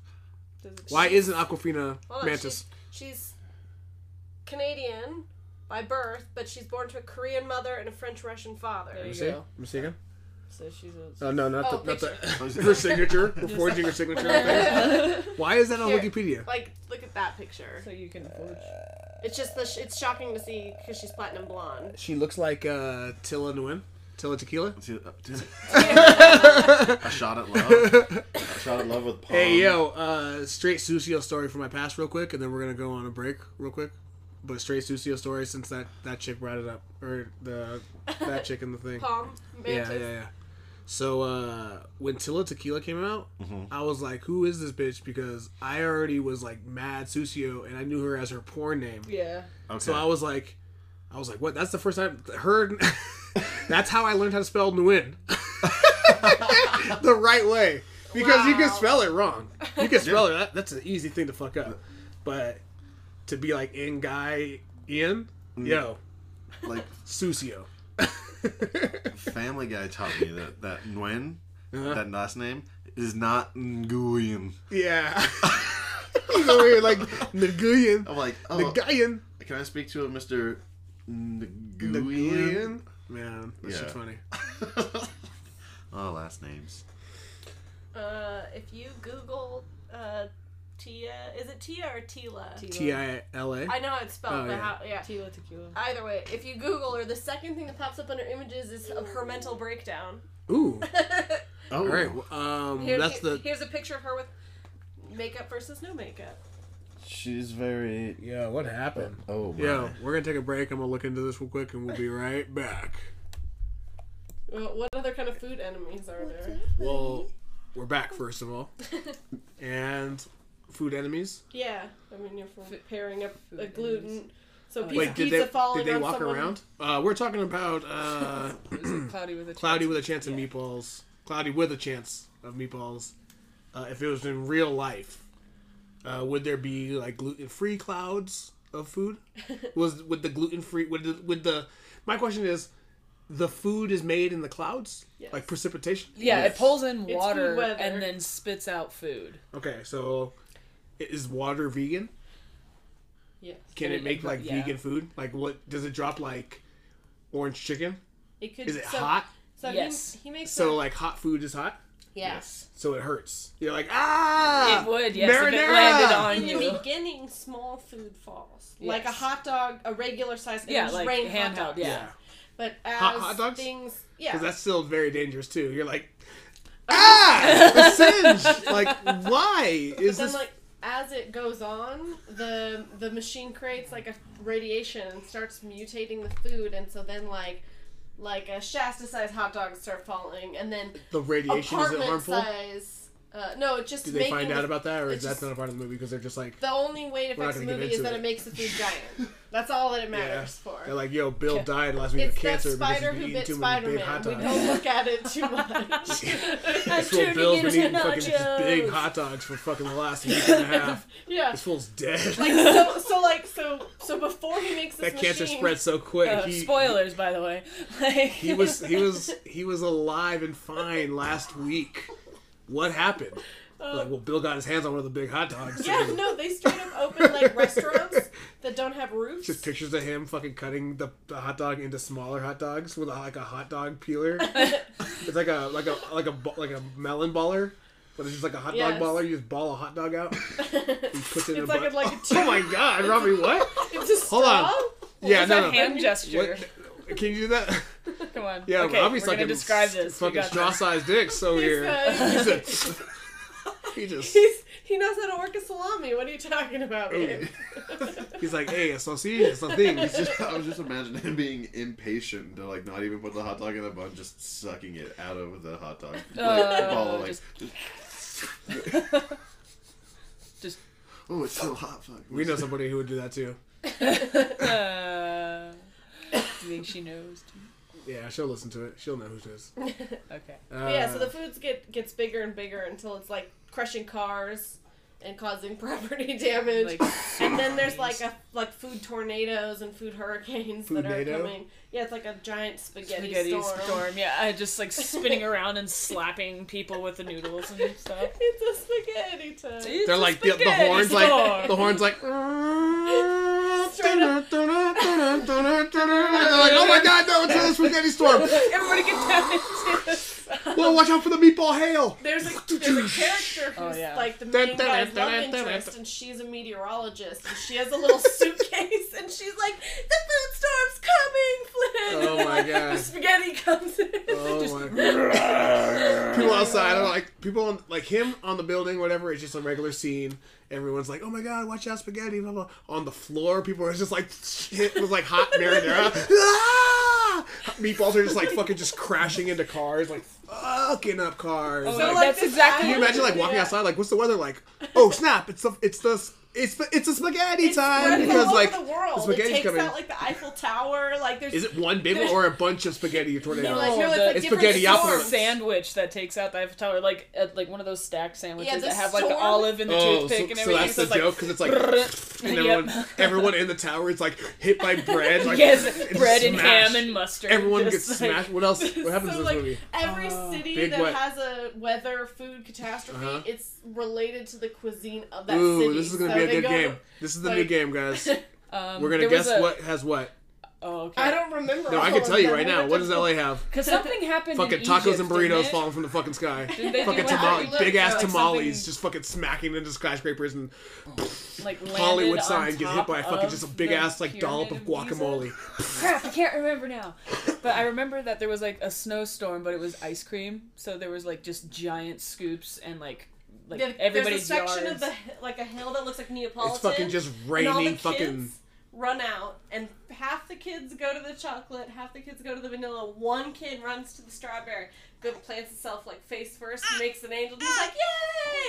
Speaker 1: Does it-
Speaker 2: Why isn't Aquafina
Speaker 3: Hold on,
Speaker 2: Mantis?
Speaker 3: She's, she's Canadian by birth, but she's born to a Korean mother and a French Russian father.
Speaker 1: There you
Speaker 2: See?
Speaker 1: go.
Speaker 2: I'm seeing
Speaker 1: So she's a.
Speaker 2: Oh no, not
Speaker 3: Oh,
Speaker 2: the, not the [laughs]
Speaker 3: [laughs]
Speaker 2: her signature. We're forging her signature. on things. [laughs] Why is that on
Speaker 3: Here. [laughs]
Speaker 2: Wikipedia?
Speaker 3: Like, look at that picture.
Speaker 1: So you can
Speaker 2: uh,
Speaker 1: forge.
Speaker 3: It's just the sh- it's shocking to see because she's platinum blonde.
Speaker 2: She looks like uh, Tilla Nguyen. Tilla Tequila. [laughs]
Speaker 4: I shot at love. I shot at love with Palm.
Speaker 2: Hey yo, uh, straight Susio story from my past real quick, and then we're gonna go on a break real quick. But straight Susio story since that that chick brought it up, or the that chick in
Speaker 3: [laughs]
Speaker 2: the thing.
Speaker 3: Palm
Speaker 2: yeah,
Speaker 3: Mantis.
Speaker 2: yeah, yeah. So uh, when Tilla Tequila came out, I was like, "Who is this bitch?" Because I already was like mad Susio, and I knew her as her porn name.
Speaker 1: Yeah.
Speaker 4: Okay.
Speaker 2: So I was like, I was like, what? That's the first time her. [laughs] That's how I learned how to spell Nguyen. [laughs] the right way, because you can
Speaker 3: Wow.
Speaker 2: spell it wrong. You can spell it. That, that's an easy thing to fuck up, but to be like in guy in yo
Speaker 4: like
Speaker 2: [laughs] Susio.
Speaker 4: Family Guy taught me that that Nguyen,
Speaker 2: Uh-huh.
Speaker 4: that last name, is not Nguyen.
Speaker 2: yeah. [laughs] He's over here like Nguyen,
Speaker 4: I'm like, oh,
Speaker 2: Nguyen,
Speaker 4: can I speak to a Mr. Nguyen?
Speaker 2: Nguyen. Man, that
Speaker 4: Yeah.
Speaker 2: shit's funny.
Speaker 4: [laughs] oh, last names.
Speaker 3: Uh, if you Google uh, Tia, is it Tia or Tila?
Speaker 2: T I L A.
Speaker 3: I know how it's spelled,
Speaker 2: Oh,
Speaker 3: but
Speaker 2: yeah.
Speaker 3: how? Yeah.
Speaker 1: Tequila, tequila.
Speaker 3: Either way, if you Google her, the second thing that pops up under images is of her mental breakdown. [laughs]
Speaker 2: Ooh.
Speaker 4: Oh,
Speaker 2: All right. well, Um,
Speaker 3: Here-
Speaker 2: that's the
Speaker 3: here's a picture of her with makeup versus no makeup.
Speaker 4: She's very.
Speaker 2: Yeah, what happened?
Speaker 4: Oh, my.
Speaker 2: Yo, we're gonna take a break. I'm gonna look into this real quick, and we'll be right back.
Speaker 3: Well, what other kind of food enemies are there?
Speaker 2: Well, we're back first of
Speaker 3: [laughs]
Speaker 2: all, and food enemies.
Speaker 3: Yeah, I mean you're for pairing up a gluten. So pizza,
Speaker 2: Wait, did
Speaker 3: pizza
Speaker 2: they
Speaker 3: falling
Speaker 2: did they
Speaker 3: on
Speaker 2: walk
Speaker 3: someone.
Speaker 2: around? Uh, we're talking about uh,
Speaker 1: [clears throat] Cloudy with a.
Speaker 2: cloudy with a chance of meatballs. Cloudy with a chance of meatballs. Uh, if it was in real life, uh, would there be like gluten free clouds of food? Was would the gluten free would the, would the my question is, the food is made in the clouds
Speaker 3: Yes.
Speaker 2: like precipitation.
Speaker 1: Yeah, it
Speaker 3: Yes.
Speaker 1: pulls in
Speaker 3: food
Speaker 1: water
Speaker 3: weather.
Speaker 1: and then spits out food.
Speaker 2: Okay, so is water vegan?
Speaker 3: Yes,
Speaker 2: Can it make like
Speaker 1: Yeah.
Speaker 2: vegan food? Like what does it drop like orange chicken?
Speaker 3: it could.
Speaker 2: Is it
Speaker 3: so,
Speaker 2: hot?
Speaker 3: So
Speaker 1: Yes.
Speaker 3: He, he makes
Speaker 2: So
Speaker 3: a-
Speaker 2: like hot food is hot,
Speaker 3: yes.
Speaker 2: so it hurts. You're like ah.
Speaker 1: It would, yes, if it
Speaker 2: marinara!
Speaker 1: landed on
Speaker 3: In the
Speaker 1: you.
Speaker 3: beginning, small food falls like a
Speaker 1: Yes.
Speaker 3: hot dog, a regular size.
Speaker 1: Yeah,
Speaker 3: just
Speaker 1: like
Speaker 3: rain hot
Speaker 1: handheld.
Speaker 3: dogs.
Speaker 1: Yeah.
Speaker 3: But as
Speaker 2: hot dogs?
Speaker 3: things, yeah,
Speaker 2: Because that's still very dangerous too.
Speaker 3: [laughs]
Speaker 2: You're like ah, the singe. Like why
Speaker 3: but
Speaker 2: is
Speaker 3: then
Speaker 2: this?
Speaker 3: like as it goes on, the the machine creates like a radiation and starts mutating the food, and so then like like a Shasta size hot dogs start falling, and then
Speaker 2: the radiation is it
Speaker 3: apartment
Speaker 2: harmful?
Speaker 3: size. Uh, no, it's just
Speaker 2: Did they
Speaker 3: making
Speaker 2: find out
Speaker 3: the,
Speaker 2: about that, or is
Speaker 3: it's
Speaker 2: that
Speaker 3: just-
Speaker 2: not a part of the movie? Because they're just like
Speaker 3: the only way it
Speaker 2: We're not
Speaker 3: affects the
Speaker 2: gonna get
Speaker 3: movie is
Speaker 2: into
Speaker 3: that
Speaker 2: it.
Speaker 3: it makes
Speaker 2: [laughs]
Speaker 3: the food giant. That's all that it matters for.
Speaker 2: they're like yo, Bill died last week of
Speaker 3: it's that
Speaker 2: cancer because
Speaker 3: spider
Speaker 2: he's been
Speaker 3: who
Speaker 2: eating
Speaker 3: bit
Speaker 2: too many
Speaker 3: Spider
Speaker 2: big hot
Speaker 3: Man. We
Speaker 2: dogs.
Speaker 3: don't look at it too
Speaker 2: [laughs]
Speaker 3: much.
Speaker 1: I'm
Speaker 2: This fool
Speaker 1: turning
Speaker 2: Bill's been
Speaker 1: into
Speaker 2: eating fucking just big
Speaker 1: nachos.
Speaker 2: hot dogs for fucking
Speaker 3: [laughs]
Speaker 2: the last week and a half.
Speaker 3: yeah.
Speaker 2: This fool's dead.
Speaker 3: So, so like so so before he makes this
Speaker 2: that cancer
Speaker 3: machine-
Speaker 2: spread so quick.
Speaker 1: Uh,
Speaker 2: he,
Speaker 1: spoilers, by the way. [laughs] Like,
Speaker 2: he
Speaker 1: [laughs]
Speaker 2: was he was he was alive and fine last week. What happened? like, well, Bill got his hands on one of the big hot dogs.
Speaker 3: Yeah, no, they straight up open
Speaker 2: [laughs]
Speaker 3: like restaurants that don't have roofs. [laughs]
Speaker 2: Just pictures of him fucking cutting the, the hot dog into smaller hot dogs with a, like a hot dog peeler. it's like a like a like a bu- like a melon baller, but it's just like a hot
Speaker 3: Yes.
Speaker 2: dog baller. You just ball a hot dog out.
Speaker 3: uh,
Speaker 2: He puts it in
Speaker 3: It's
Speaker 2: a
Speaker 3: like
Speaker 2: bu-
Speaker 3: a- like a
Speaker 2: [laughs] oh my god, Robbie, what?
Speaker 3: it's a straw.
Speaker 2: Hold on. yeah,
Speaker 1: It's
Speaker 2: no,
Speaker 1: a
Speaker 2: no.
Speaker 1: hand gesture.
Speaker 2: What- Can you do that? [laughs]
Speaker 1: Come on.
Speaker 2: Yeah,
Speaker 1: okay,
Speaker 2: Robbie's
Speaker 1: we're gonna
Speaker 2: fucking
Speaker 1: describe
Speaker 2: st-
Speaker 1: this. We
Speaker 2: Fucking
Speaker 1: got
Speaker 2: straw-sized dicks over
Speaker 3: He
Speaker 2: here.
Speaker 3: said-
Speaker 2: He said, [laughs] He just
Speaker 3: He's, he knows how to work a salami. What are you talking about, babe?
Speaker 2: he's like, hey, a sausage, a thing. He's just
Speaker 4: I was just imagining him being impatient to like not even put the hot dog in the bun, just sucking it out of the hot dog. Like,
Speaker 1: Uh,
Speaker 4: Apollo, like,
Speaker 1: just- Just-
Speaker 4: oh, it's so hot. Fuck.
Speaker 2: we know somebody who would do that too. [laughs]
Speaker 1: Uh, do you think she knows?
Speaker 2: Yeah, she'll listen to it. She'll know who it is.
Speaker 1: Okay.
Speaker 2: Uh,
Speaker 3: Oh, yeah, so the foods get gets bigger and bigger until it's like crushing cars and causing [laughs] property damage.
Speaker 1: Like,
Speaker 3: and then there's like a like food tornadoes and food hurricanes that are
Speaker 2: Foodnado?
Speaker 3: coming. Yeah, it's like a giant spaghetti,
Speaker 1: spaghetti storm.
Speaker 3: storm. [laughs]
Speaker 1: Yeah, I just like spinning around and slapping people with the noodles and stuff.
Speaker 3: It's a spaghetti tub.
Speaker 1: It's
Speaker 2: they're
Speaker 1: a
Speaker 2: like the, the
Speaker 1: spaghetti
Speaker 2: horns, like
Speaker 1: storm.
Speaker 2: the horns, like.
Speaker 3: [laughs] Straight up.
Speaker 2: [laughs] They're like, oh my god, no, it's a spaghetti storm.
Speaker 1: Everybody get down into this.
Speaker 2: Well, watch out for the meatball hail.
Speaker 3: There's a, there's a character who's
Speaker 1: Oh, yeah.
Speaker 3: like the
Speaker 2: Dun,
Speaker 3: main
Speaker 2: dun,
Speaker 3: guy's love
Speaker 2: dun, dun, dun,
Speaker 3: interest,
Speaker 2: dun.
Speaker 3: and she's a meteorologist, and she has a little [laughs] suitcase, and she's like, "The food storm's coming, Flynn!"
Speaker 2: Oh,
Speaker 3: [laughs]
Speaker 2: my
Speaker 3: The
Speaker 2: God.
Speaker 3: spaghetti comes in.
Speaker 2: [laughs] Oh my god. [laughs] people outside are like people on like him on the building, whatever, it's just a regular scene. Everyone's like, Oh my god, watch out spaghetti, blah blah on the floor, people are just like hit with like hot marinara. ah! Meatballs are just like fucking just crashing into cars, like fucking up cars.
Speaker 1: So,
Speaker 2: Like,
Speaker 1: like, That's
Speaker 3: this
Speaker 1: exactly-
Speaker 2: can you
Speaker 3: island-
Speaker 2: imagine like walking
Speaker 3: yeah.
Speaker 2: outside like what's the weather like? Oh snap, it's the it's the it's the, it's a spaghetti
Speaker 3: It's
Speaker 2: time
Speaker 3: spread
Speaker 2: because
Speaker 3: all
Speaker 2: like
Speaker 3: over the world.
Speaker 2: the
Speaker 3: it
Speaker 2: spaghetti's
Speaker 3: takes
Speaker 2: coming.
Speaker 3: out like the Eiffel Tower. Like there's
Speaker 2: Is it one big one or a bunch of
Speaker 3: [laughs]
Speaker 2: spaghetti tornadoes?
Speaker 3: no, like,
Speaker 1: No,
Speaker 3: no,
Speaker 1: the-
Speaker 3: it's,
Speaker 2: Oh, It's
Speaker 3: like different
Speaker 2: spaghettiopolis.
Speaker 3: storms.
Speaker 1: sandwich that takes out the Eiffel Tower, like uh, like one of those stack sandwiches
Speaker 3: Yeah, the
Speaker 1: that have like the
Speaker 3: storm-
Speaker 1: olive and the
Speaker 2: Oh,
Speaker 1: toothpick
Speaker 2: so-
Speaker 1: and
Speaker 2: so
Speaker 1: everything.
Speaker 2: that's the
Speaker 1: it's like,
Speaker 2: joke, 'cause it's like-
Speaker 1: brrr.
Speaker 2: And
Speaker 1: Yep. [laughs]
Speaker 2: everyone, everyone in the tower is like hit by bread. Like,
Speaker 1: yes, bread and
Speaker 2: smashed.
Speaker 1: ham and mustard.
Speaker 2: Everyone
Speaker 1: just,
Speaker 2: gets
Speaker 1: like-
Speaker 2: smashed. What else?
Speaker 3: [laughs]
Speaker 2: What happens
Speaker 3: so,
Speaker 2: in this
Speaker 3: like,
Speaker 2: movie?
Speaker 3: Every
Speaker 1: Oh.
Speaker 3: city
Speaker 2: Big
Speaker 3: that
Speaker 2: what?
Speaker 3: has a weather food catastrophe,
Speaker 2: Uh-huh.
Speaker 3: it's related to the cuisine of that
Speaker 2: Ooh,
Speaker 3: city.
Speaker 2: this is gonna
Speaker 3: So
Speaker 2: be a
Speaker 3: they
Speaker 2: good
Speaker 3: go-
Speaker 2: game. This is the new
Speaker 3: like-
Speaker 1: [laughs]
Speaker 2: game, guys.
Speaker 3: [laughs]
Speaker 1: Um,
Speaker 2: We're gonna
Speaker 1: there was
Speaker 2: guess
Speaker 1: a-
Speaker 2: what has what.
Speaker 1: Oh, okay.
Speaker 3: I don't remember.
Speaker 2: No, I
Speaker 3: all
Speaker 2: can
Speaker 3: of
Speaker 2: tell you
Speaker 3: them.
Speaker 2: right
Speaker 3: We're
Speaker 2: now. What
Speaker 3: just-
Speaker 2: does LA have?
Speaker 1: Because something happened.
Speaker 2: Fucking
Speaker 1: in
Speaker 2: tacos
Speaker 1: Egypt,
Speaker 2: and burritos
Speaker 1: didn't it?
Speaker 2: falling from the fucking sky.
Speaker 1: Didn't they do
Speaker 2: Fucking
Speaker 1: like-
Speaker 2: tamale,
Speaker 3: Look,
Speaker 2: big ass
Speaker 3: like
Speaker 2: tamales,
Speaker 1: something-
Speaker 2: just fucking smacking into skyscrapers, and
Speaker 1: Like landed
Speaker 2: Hollywood
Speaker 1: on
Speaker 2: sign get hit
Speaker 1: top
Speaker 2: by a fucking
Speaker 1: of
Speaker 2: just a big
Speaker 1: the
Speaker 2: ass like dollop of
Speaker 1: pyramid Giza?
Speaker 2: guacamole.
Speaker 1: Crap, I can't remember now. But I remember that there was like a snowstorm, but it was ice cream, so there was like just giant scoops and like like
Speaker 3: There-
Speaker 1: everybody's
Speaker 3: There's a section
Speaker 1: yards.
Speaker 3: of the hi- like a hill that looks like Neapolitan.
Speaker 2: It's fucking just
Speaker 3: and all the
Speaker 2: raining fucking.
Speaker 3: kids Run out, and half the kids go to the chocolate, half the kids go to the vanilla. One kid runs to the strawberry, then plants itself like face first, makes an angel. And he's like,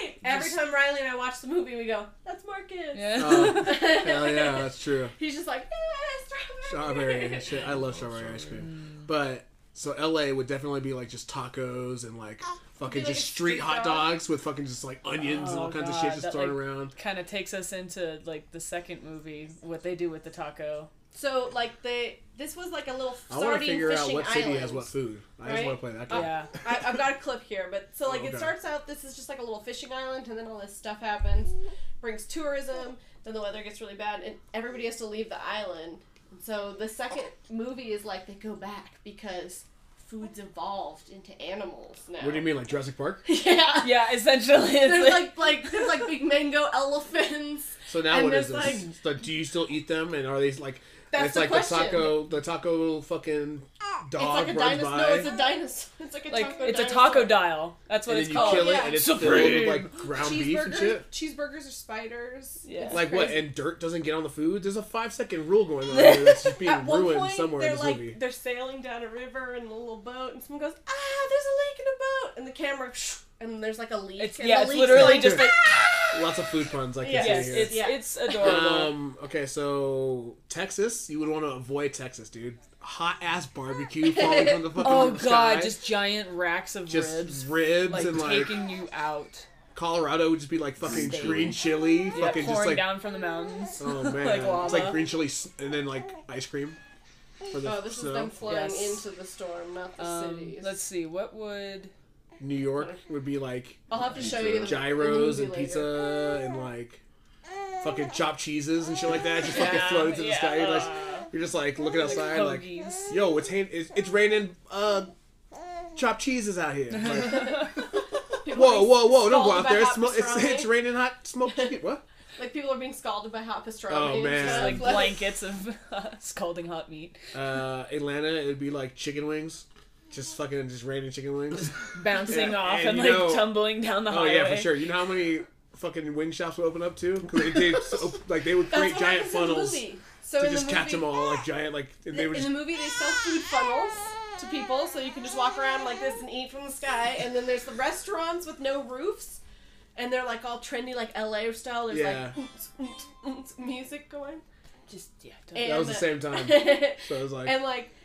Speaker 3: "Yay!" Every
Speaker 1: Ah! Just-
Speaker 3: time Riley and I watch the movie, we go, "That's Marcus."
Speaker 1: [laughs]
Speaker 3: [laughs]
Speaker 1: Yeah. [laughs]
Speaker 2: Oh, Hell yeah, that's true.
Speaker 3: He's just like, "Yeah, strawberry." [laughs]
Speaker 2: strawberry shit. I love strawberry ice cream. But so LA would definitely be like just tacos and like fucking
Speaker 3: Ah, Be like
Speaker 2: just
Speaker 3: a
Speaker 2: street
Speaker 3: street
Speaker 2: hot
Speaker 3: dog.
Speaker 2: dogs with fucking just like onions and all
Speaker 1: Oh,
Speaker 2: kinds of
Speaker 1: God,
Speaker 2: shit just
Speaker 1: that,
Speaker 2: thrown
Speaker 1: like-
Speaker 2: around.
Speaker 1: kind of takes us into like the second movie, what they do with the taco.
Speaker 3: So like they, this was like a little
Speaker 2: I want to
Speaker 3: sardine
Speaker 2: figure out
Speaker 3: fishing
Speaker 2: what city
Speaker 3: island.
Speaker 2: has what food. I just
Speaker 3: right? Oh,
Speaker 2: want to play that game.
Speaker 1: Yeah,
Speaker 3: I, I've
Speaker 4: [laughs]
Speaker 3: got a clip here, but so like
Speaker 2: Oh, okay.
Speaker 3: it starts out. This is just like a little fishing island, and then all this stuff happens, brings tourism. Then the weather gets really bad, and everybody has to leave the island. And so the second movie is like they go back because food's evolved into animals now.
Speaker 2: What do you mean, like Jurassic Park?
Speaker 3: [laughs]
Speaker 1: [laughs]
Speaker 3: Yeah.
Speaker 1: yeah. Essentially, it's
Speaker 3: There's like
Speaker 1: like,
Speaker 3: like there's like big mango elephants.
Speaker 2: So now
Speaker 3: And
Speaker 2: what is this?
Speaker 3: there's,
Speaker 2: So do you still eat them? And are they like?
Speaker 3: That's
Speaker 2: it's
Speaker 3: the
Speaker 2: like
Speaker 3: question.
Speaker 2: the taco, the taco fucking dog
Speaker 3: it's like a
Speaker 2: runs
Speaker 3: dinosaur.
Speaker 2: by,
Speaker 3: No, it's a dinosaur. It's like a
Speaker 1: [laughs] like
Speaker 3: taco
Speaker 1: it's a
Speaker 3: dinosaur.
Speaker 1: taco dial. That's what
Speaker 2: and then
Speaker 1: it's
Speaker 2: you
Speaker 1: called.
Speaker 2: kill it,
Speaker 3: yeah.
Speaker 2: and it's filled with like ground beef and
Speaker 3: Cheeseburger,
Speaker 2: shit.
Speaker 3: cheeseburgers are spiders.
Speaker 1: Yeah.
Speaker 3: It's
Speaker 2: Like what?
Speaker 3: crazy.
Speaker 2: And dirt doesn't get on the food. There's a five second rule
Speaker 1: [laughs]
Speaker 2: going on here that's just being
Speaker 3: At one
Speaker 2: ruined
Speaker 3: point,
Speaker 2: somewhere in
Speaker 3: they're
Speaker 2: this
Speaker 3: like
Speaker 2: movie.
Speaker 3: they're sailing down a river in a little boat, and someone goes, "Ah, there's a leak in a boat," and the camera, [laughs] and there's like a leak.
Speaker 1: It's
Speaker 3: and
Speaker 1: yeah,
Speaker 3: the
Speaker 1: it's
Speaker 3: leak's
Speaker 1: literally
Speaker 3: like,
Speaker 1: just like
Speaker 2: Lots of food puns like
Speaker 3: Yeah.
Speaker 1: yes,
Speaker 2: this yes, here.
Speaker 1: it's
Speaker 3: Yeah.
Speaker 1: it's adorable.
Speaker 2: Um, okay, so Texas, you would want to avoid Texas, dude. Hot ass
Speaker 1: [laughs]
Speaker 2: barbecue falling from the fucking
Speaker 1: oh
Speaker 2: sky.
Speaker 1: god, just giant racks of
Speaker 2: Just
Speaker 1: ribs,
Speaker 2: ribs
Speaker 1: like
Speaker 2: and like
Speaker 1: taking you out,
Speaker 2: Colorado would just be like fucking
Speaker 1: Steak.
Speaker 2: green chili,
Speaker 1: yeah,
Speaker 2: fucking
Speaker 1: pouring
Speaker 2: just like
Speaker 1: down from the mountains.
Speaker 2: oh
Speaker 1: [laughs]
Speaker 2: man,
Speaker 1: like
Speaker 2: it's
Speaker 1: lava.
Speaker 2: like green chili s- and then like ice cream for the
Speaker 3: Oh, this
Speaker 2: snow.
Speaker 3: is them flying
Speaker 1: Yes.
Speaker 3: into the storm, not the
Speaker 1: Um,
Speaker 3: cities.
Speaker 1: let's see, what would
Speaker 2: New York would be like
Speaker 3: I'll have to show
Speaker 4: Pizza.
Speaker 3: you the
Speaker 2: gyros
Speaker 3: the movie
Speaker 2: and
Speaker 3: later.
Speaker 2: pizza and like fucking [laughs] chopped cheeses and shit like that, just fucking
Speaker 1: Yeah,
Speaker 2: floating to the
Speaker 1: yeah,
Speaker 2: sky. You're like,
Speaker 1: uh,
Speaker 2: you're just like looking outside, like
Speaker 1: hoagies.
Speaker 2: yo, it's hain- it's, it's raining uh, chopped cheeses
Speaker 3: [laughs]
Speaker 2: out here. Like,
Speaker 3: People are
Speaker 2: whoa,
Speaker 3: being
Speaker 2: whoa, whoa! Don't go
Speaker 3: scalded
Speaker 2: out
Speaker 3: by
Speaker 2: there. It's,
Speaker 3: hot
Speaker 2: smo- [laughs] it's,
Speaker 3: pastrami.
Speaker 2: it's raining hot smoked chicken. What?
Speaker 3: Like people are being scalded by hot pastrami.
Speaker 2: Oh,
Speaker 3: and
Speaker 2: man.
Speaker 3: stuff.
Speaker 1: like [laughs] blankets of scalding hot meat.
Speaker 2: Uh, Atlanta, it'd be like chicken wings. Just fucking just random
Speaker 3: [laughs]
Speaker 2: chicken wings.
Speaker 1: bouncing
Speaker 2: Yeah,
Speaker 1: off
Speaker 2: and
Speaker 1: and,
Speaker 2: you
Speaker 1: like
Speaker 2: know-
Speaker 1: tumbling down the
Speaker 2: oh
Speaker 1: highway.
Speaker 2: yeah, for sure. You know how many fucking wing shops would open
Speaker 3: [laughs]
Speaker 2: up too? Because they, they so, like they would create giant funnels to
Speaker 3: So in
Speaker 2: just
Speaker 3: the
Speaker 2: catch
Speaker 3: movie,
Speaker 2: them all, like giant like and they would
Speaker 3: in
Speaker 2: just
Speaker 3: the movie, they sell food funnels to people, so you can just walk around like this and eat from the sky. And then there's the restaurants with no roofs, and they're like all trendy, like LA style. There's
Speaker 2: Yeah.
Speaker 3: like oomts, oomts, oomts music going.
Speaker 1: Just yeah.
Speaker 2: that was the
Speaker 3: [laughs]
Speaker 2: same time. So it was Um, like
Speaker 3: and like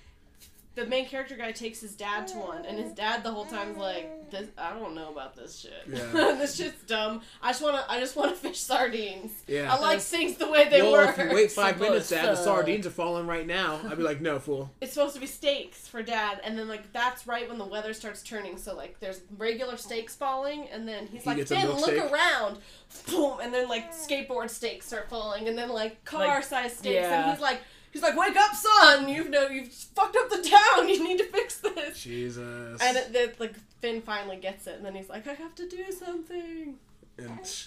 Speaker 3: the main character guy takes his dad to one, and his dad the whole time's like, this, "I don't know about this shit. [laughs]
Speaker 2: Yeah.
Speaker 3: this shit's dumb. I just wanna, I just wanna fish sardines.
Speaker 2: yeah.
Speaker 3: I like things the way they
Speaker 2: well,
Speaker 3: were.
Speaker 2: if you wait five
Speaker 1: Simple
Speaker 2: minutes,
Speaker 1: as
Speaker 2: Dad, the
Speaker 1: fuck.
Speaker 2: sardines are falling right now. I'd be like, no, fool.
Speaker 3: it's supposed to be steaks for dad, and then like that's right when the weather starts turning. So like there's regular steaks falling, and then he's
Speaker 2: He
Speaker 3: like,
Speaker 2: gets a
Speaker 3: "Finn,
Speaker 2: milk
Speaker 3: look
Speaker 2: steak."
Speaker 3: around," boom, and then like skateboard steaks start falling, and then like car sized steaks,
Speaker 1: yeah.
Speaker 3: and he's like, he's like, "Wake up, son! You've no, you've fucked up the town. [laughs] You need to fix this."
Speaker 2: Jesus.
Speaker 3: And it, it, like Finn finally gets it, and then he's like, "I have to do something."
Speaker 2: And-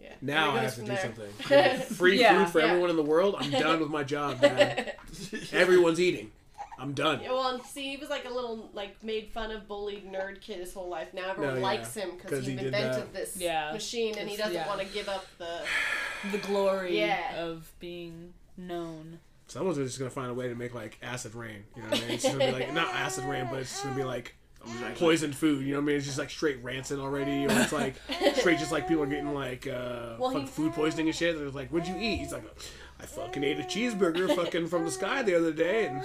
Speaker 3: Yeah.
Speaker 2: Now
Speaker 3: And it
Speaker 2: I
Speaker 3: goes from
Speaker 2: have to do
Speaker 3: there. [laughs]
Speaker 2: something. Free
Speaker 1: Yeah.
Speaker 2: food for
Speaker 3: Yeah.
Speaker 2: everyone in the world. I'm done with my job,
Speaker 3: [laughs]
Speaker 2: man. Everyone's eating. I'm done.
Speaker 3: Yeah, well, and see, he was like a little like made fun of, bullied nerd kid his whole life. Now everyone
Speaker 2: No, yeah.
Speaker 3: likes him because
Speaker 2: 'Cause
Speaker 3: he
Speaker 2: he did
Speaker 3: invented
Speaker 2: that.
Speaker 3: this
Speaker 1: Yeah.
Speaker 3: machine, and he
Speaker 1: It's-
Speaker 3: doesn't
Speaker 1: yeah.
Speaker 3: want to give up the.
Speaker 1: [laughs] The glory
Speaker 3: Yeah.
Speaker 1: of being known.
Speaker 2: Someone's just gonna find a way to make like acid rain. You know what I mean? It's just gonna be like not acid rain, but it's just gonna be like poisoned food. You know what I mean? It's just like straight rancid already, or it's like
Speaker 3: [laughs]
Speaker 2: straight just like people are getting like uh,
Speaker 3: Well, he-
Speaker 2: fucking food poisoning and shit. They're like, "What'd you eat?" He's like, "I fucking ate a cheeseburger fucking from the sky the other day." And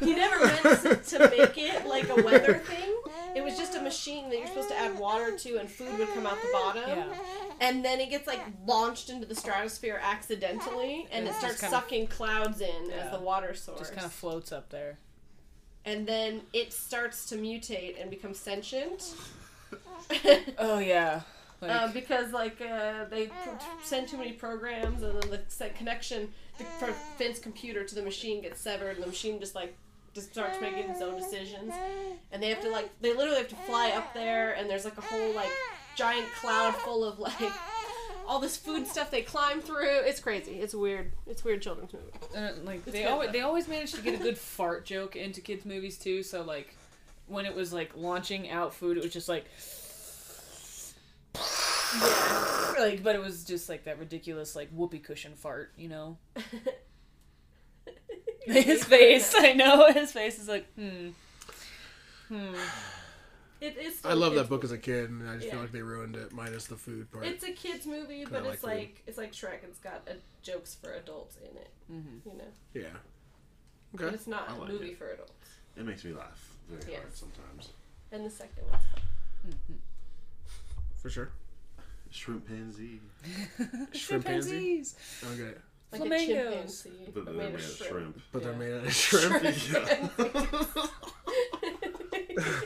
Speaker 3: he never meant to make it like a weather thing. It was just a machine that you're supposed to add water to, and food would come out the bottom.
Speaker 1: Yeah.
Speaker 3: And then it gets like launched into the stratosphere accidentally, and
Speaker 1: Yeah,
Speaker 3: it
Speaker 1: just
Speaker 3: starts
Speaker 1: kind of-
Speaker 3: sucking clouds in as
Speaker 1: Yeah.
Speaker 3: the water source.
Speaker 1: Just kind of floats up there.
Speaker 3: and then it starts to mutate and become
Speaker 1: [laughs]
Speaker 3: sentient.
Speaker 1: Oh yeah. Like,
Speaker 3: Uh, because like uh, they pro- send too many programs, and then the se- connection the, from Finn's computer to the machine gets severed, and the machine just like just starts making its own decisions. And they have to like they literally have to fly up there, and there's like a whole like giant cloud full of like all this food stuff they climb through. It's crazy. It's weird. It's weird children's movie.
Speaker 1: Uh, like they
Speaker 3: good,
Speaker 1: always
Speaker 3: though.
Speaker 1: they always managed to get a good fart joke into kids movies too. So like when it was like launching out food, it was just like like but it was just like that ridiculous like whoopee cushion fart, you
Speaker 3: [laughs]
Speaker 1: know. [laughs] His face, I know [laughs] his face is like hmm. Hmm.
Speaker 3: It is. still
Speaker 2: I
Speaker 3: a
Speaker 2: love
Speaker 3: kid's
Speaker 2: that book as a kid, and I just
Speaker 3: Yeah.
Speaker 2: feel like they ruined it, minus the food part.
Speaker 3: It's a kids movie,
Speaker 2: Kinda
Speaker 3: but it's
Speaker 2: like
Speaker 3: like,
Speaker 2: weird.
Speaker 3: it's like Shrek. It's got uh jokes for adults in it. You know,
Speaker 2: yeah.
Speaker 3: but
Speaker 2: Okay.
Speaker 3: it's not
Speaker 4: I
Speaker 3: a
Speaker 4: like
Speaker 3: movie
Speaker 4: it.
Speaker 3: for adults.
Speaker 4: It makes me laugh very
Speaker 3: Yes.
Speaker 4: hard sometimes.
Speaker 3: And the second one.
Speaker 2: For sure.
Speaker 4: Shrimpanzee.
Speaker 2: Shrimpanzee. [laughs] Okay.
Speaker 3: Like
Speaker 1: Flamingos.
Speaker 3: a chimpanzee.
Speaker 4: But they're made of shrimp.
Speaker 2: But they're
Speaker 1: Yeah.
Speaker 2: made out of [laughs] shrimp.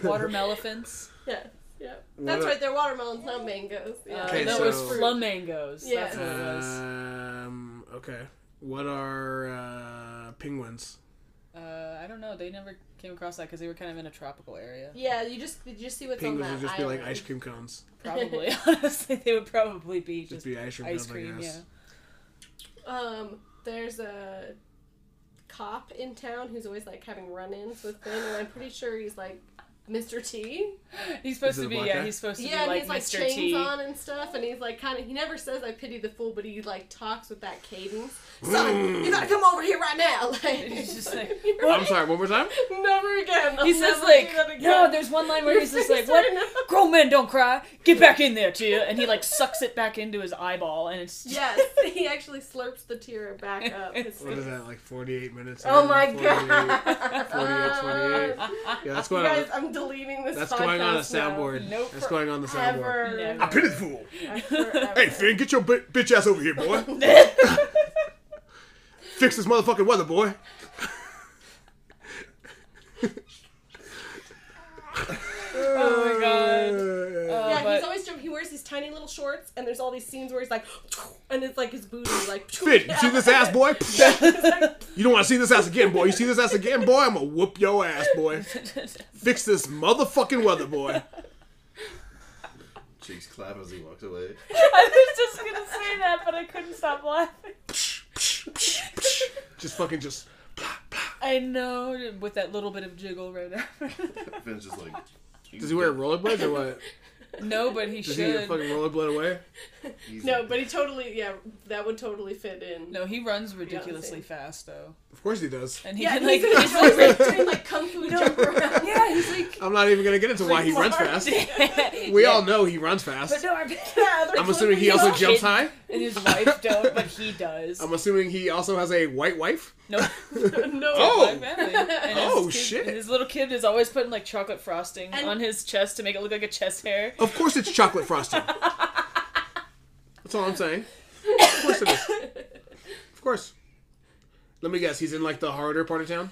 Speaker 1: Watermelephants.
Speaker 3: yeah, yeah. [laughs] That's right. They're watermelons, not mangoes. Yeah.
Speaker 1: Uh,
Speaker 2: Okay,
Speaker 1: that
Speaker 2: so- Uh,
Speaker 1: was flamingos.
Speaker 3: Yeah.
Speaker 1: That's what it was.
Speaker 2: Um. Okay. What are uh, penguins?
Speaker 1: Uh, I don't know. They never came across that because they were kind of in a tropical area.
Speaker 3: yeah, you just you just see what's
Speaker 2: Penguins
Speaker 3: on
Speaker 2: would
Speaker 3: that
Speaker 2: just be
Speaker 3: island.
Speaker 2: like
Speaker 3: [laughs]
Speaker 2: ice cream cones.
Speaker 1: Probably, [laughs] honestly, they would probably be
Speaker 2: Just
Speaker 1: just
Speaker 2: be ice cream
Speaker 1: ice
Speaker 2: cones,
Speaker 1: cream.
Speaker 2: I
Speaker 1: Yeah.
Speaker 2: guess.
Speaker 3: Um, there's a cop in town who's always like having run-ins with Finn, and I'm pretty sure he's like Mr. T.
Speaker 1: He's supposed
Speaker 2: Is it
Speaker 1: to
Speaker 2: a
Speaker 1: be,
Speaker 2: black
Speaker 1: yeah,
Speaker 2: guy?
Speaker 1: he's supposed to
Speaker 3: Yeah,
Speaker 1: be
Speaker 3: and
Speaker 1: like
Speaker 3: he's like
Speaker 1: Mr.
Speaker 3: chains
Speaker 1: T.
Speaker 3: on and stuff, and he's like kind of. He never says "I pity the fool," but he like talks with that cadence. Son, you gotta come over here right now. Like
Speaker 1: He's just
Speaker 3: [laughs]
Speaker 1: like,
Speaker 3: "You're
Speaker 2: I'm sorry. One more
Speaker 3: [laughs]
Speaker 2: time.
Speaker 3: never again. I'll
Speaker 1: He
Speaker 3: [laughs]
Speaker 1: says
Speaker 3: never
Speaker 1: like,
Speaker 3: do that again.
Speaker 1: no, there's one line
Speaker 3: [laughs]
Speaker 1: where he's just like, what? Grown men don't cry. Get back in there, Tia. And he like sucks it back into his eyeball, and it's just, [laughs]
Speaker 3: Yes, he actually slurps the tear [laughs] back up. It's-
Speaker 2: What is that? Like 48 minutes.
Speaker 3: Oh
Speaker 2: in,
Speaker 3: my
Speaker 2: 48
Speaker 3: god.
Speaker 2: 48, 28. Yeah, that's
Speaker 3: [laughs] You
Speaker 2: going on.
Speaker 3: guys, I'm deleting this.
Speaker 2: That's going on a
Speaker 3: podcast now.
Speaker 2: soundboard.
Speaker 1: Nope.
Speaker 2: That's going on the soundboard.
Speaker 3: Ever.
Speaker 1: Never.
Speaker 2: I pity the fool.
Speaker 1: [laughs]
Speaker 3: Forever.
Speaker 2: Hey, Finn, get your bi- bitch ass over here, [laughs] boy. Fix this motherfucking weather, boy.
Speaker 1: oh my god.
Speaker 2: Uh,
Speaker 3: Yeah,
Speaker 1: but-
Speaker 3: he's always joking. He wears these tiny little shorts, and there's all these scenes where he's like, and it's like his booty, like.
Speaker 2: Finn, you see this ass,
Speaker 1: [laughs]
Speaker 2: boy? you don't want to see this ass again, boy. You see this ass again, boy? I'm gonna whoop your ass, boy. Fix this motherfucking weather, boy.
Speaker 4: [laughs] Cheeks clap as he walks away.
Speaker 1: I was just gonna say that, but I couldn't stop laughing.
Speaker 2: Just fucking just.
Speaker 1: I know, with that little bit of jiggle right after.
Speaker 4: Finn's just like.
Speaker 2: Does he wear rollerblades or what?
Speaker 1: [laughs] no, but he
Speaker 2: Does he
Speaker 1: should.
Speaker 2: fucking rollerblade away?
Speaker 3: [laughs]
Speaker 4: He's
Speaker 3: No, but he totally, yeah, that would totally fit in.
Speaker 1: No, he runs ridiculously
Speaker 3: scene.
Speaker 1: fast though,
Speaker 2: Of course he does.
Speaker 1: and he
Speaker 3: Yeah,
Speaker 1: can,
Speaker 3: he's,
Speaker 1: like.
Speaker 3: [laughs]
Speaker 1: [laughs]
Speaker 3: he's always like doing like [laughs] kung fu jump around.
Speaker 1: yeah, he's like.
Speaker 2: I'm not even gonna get into why he runs fast.
Speaker 1: [laughs]
Speaker 3: [laughs]
Speaker 2: We all know he runs
Speaker 1: But
Speaker 2: fast.
Speaker 1: no, I'm, [laughs] yeah,
Speaker 2: I'm assuming he also jumps high. Um,
Speaker 1: and his wife don't, but he does.
Speaker 2: I'm assuming he also has a white
Speaker 3: [laughs]
Speaker 2: wife.
Speaker 1: no,
Speaker 3: no.
Speaker 2: [laughs] Oh.
Speaker 1: my family. And
Speaker 2: Oh,
Speaker 1: his kid-
Speaker 2: shit.
Speaker 1: and his little kid is always putting like chocolate frosting
Speaker 3: And-
Speaker 1: on his chest to make it look like a chest hair.
Speaker 2: Of course it's chocolate frosting. That's all
Speaker 3: [laughs]
Speaker 2: I'm saying. Of course it is. Of course. Let me guess, he's in like the harder part of town?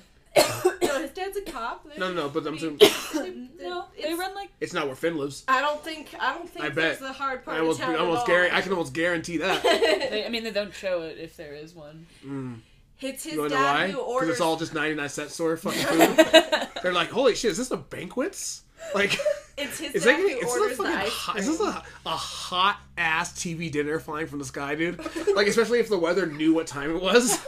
Speaker 3: No, his dad's a cop. They-
Speaker 2: No, no, no, but I'm saying
Speaker 3: [laughs]
Speaker 1: No,
Speaker 3: It's-
Speaker 1: they run like
Speaker 2: it's not where Finn lives.
Speaker 3: I don't think I don't think
Speaker 2: I
Speaker 3: that's
Speaker 2: bet.
Speaker 3: the hard part
Speaker 2: I almost,
Speaker 3: of town
Speaker 2: I almost
Speaker 3: at all.
Speaker 2: guarantee, I can almost guarantee
Speaker 3: [laughs]
Speaker 2: that.
Speaker 1: they, I mean they don't show it if there is one.
Speaker 3: It's his
Speaker 2: You wanna know
Speaker 3: dad
Speaker 2: why?
Speaker 3: who
Speaker 2: Because
Speaker 3: orders.
Speaker 2: it's all just 99 cent
Speaker 3: [laughs]
Speaker 2: store fucking food. They're like, holy shit, is this a banquets? Like, [laughs]
Speaker 3: it's his
Speaker 2: is
Speaker 3: dad
Speaker 2: that getting,
Speaker 3: who
Speaker 2: it's
Speaker 3: orders
Speaker 2: not
Speaker 3: the
Speaker 2: fucking
Speaker 3: ice
Speaker 2: hot,
Speaker 3: cream.
Speaker 2: is this a, a hot ass TV dinner flying from the sky, dude? Like, especially if the weather knew what time
Speaker 3: [laughs]
Speaker 2: it was.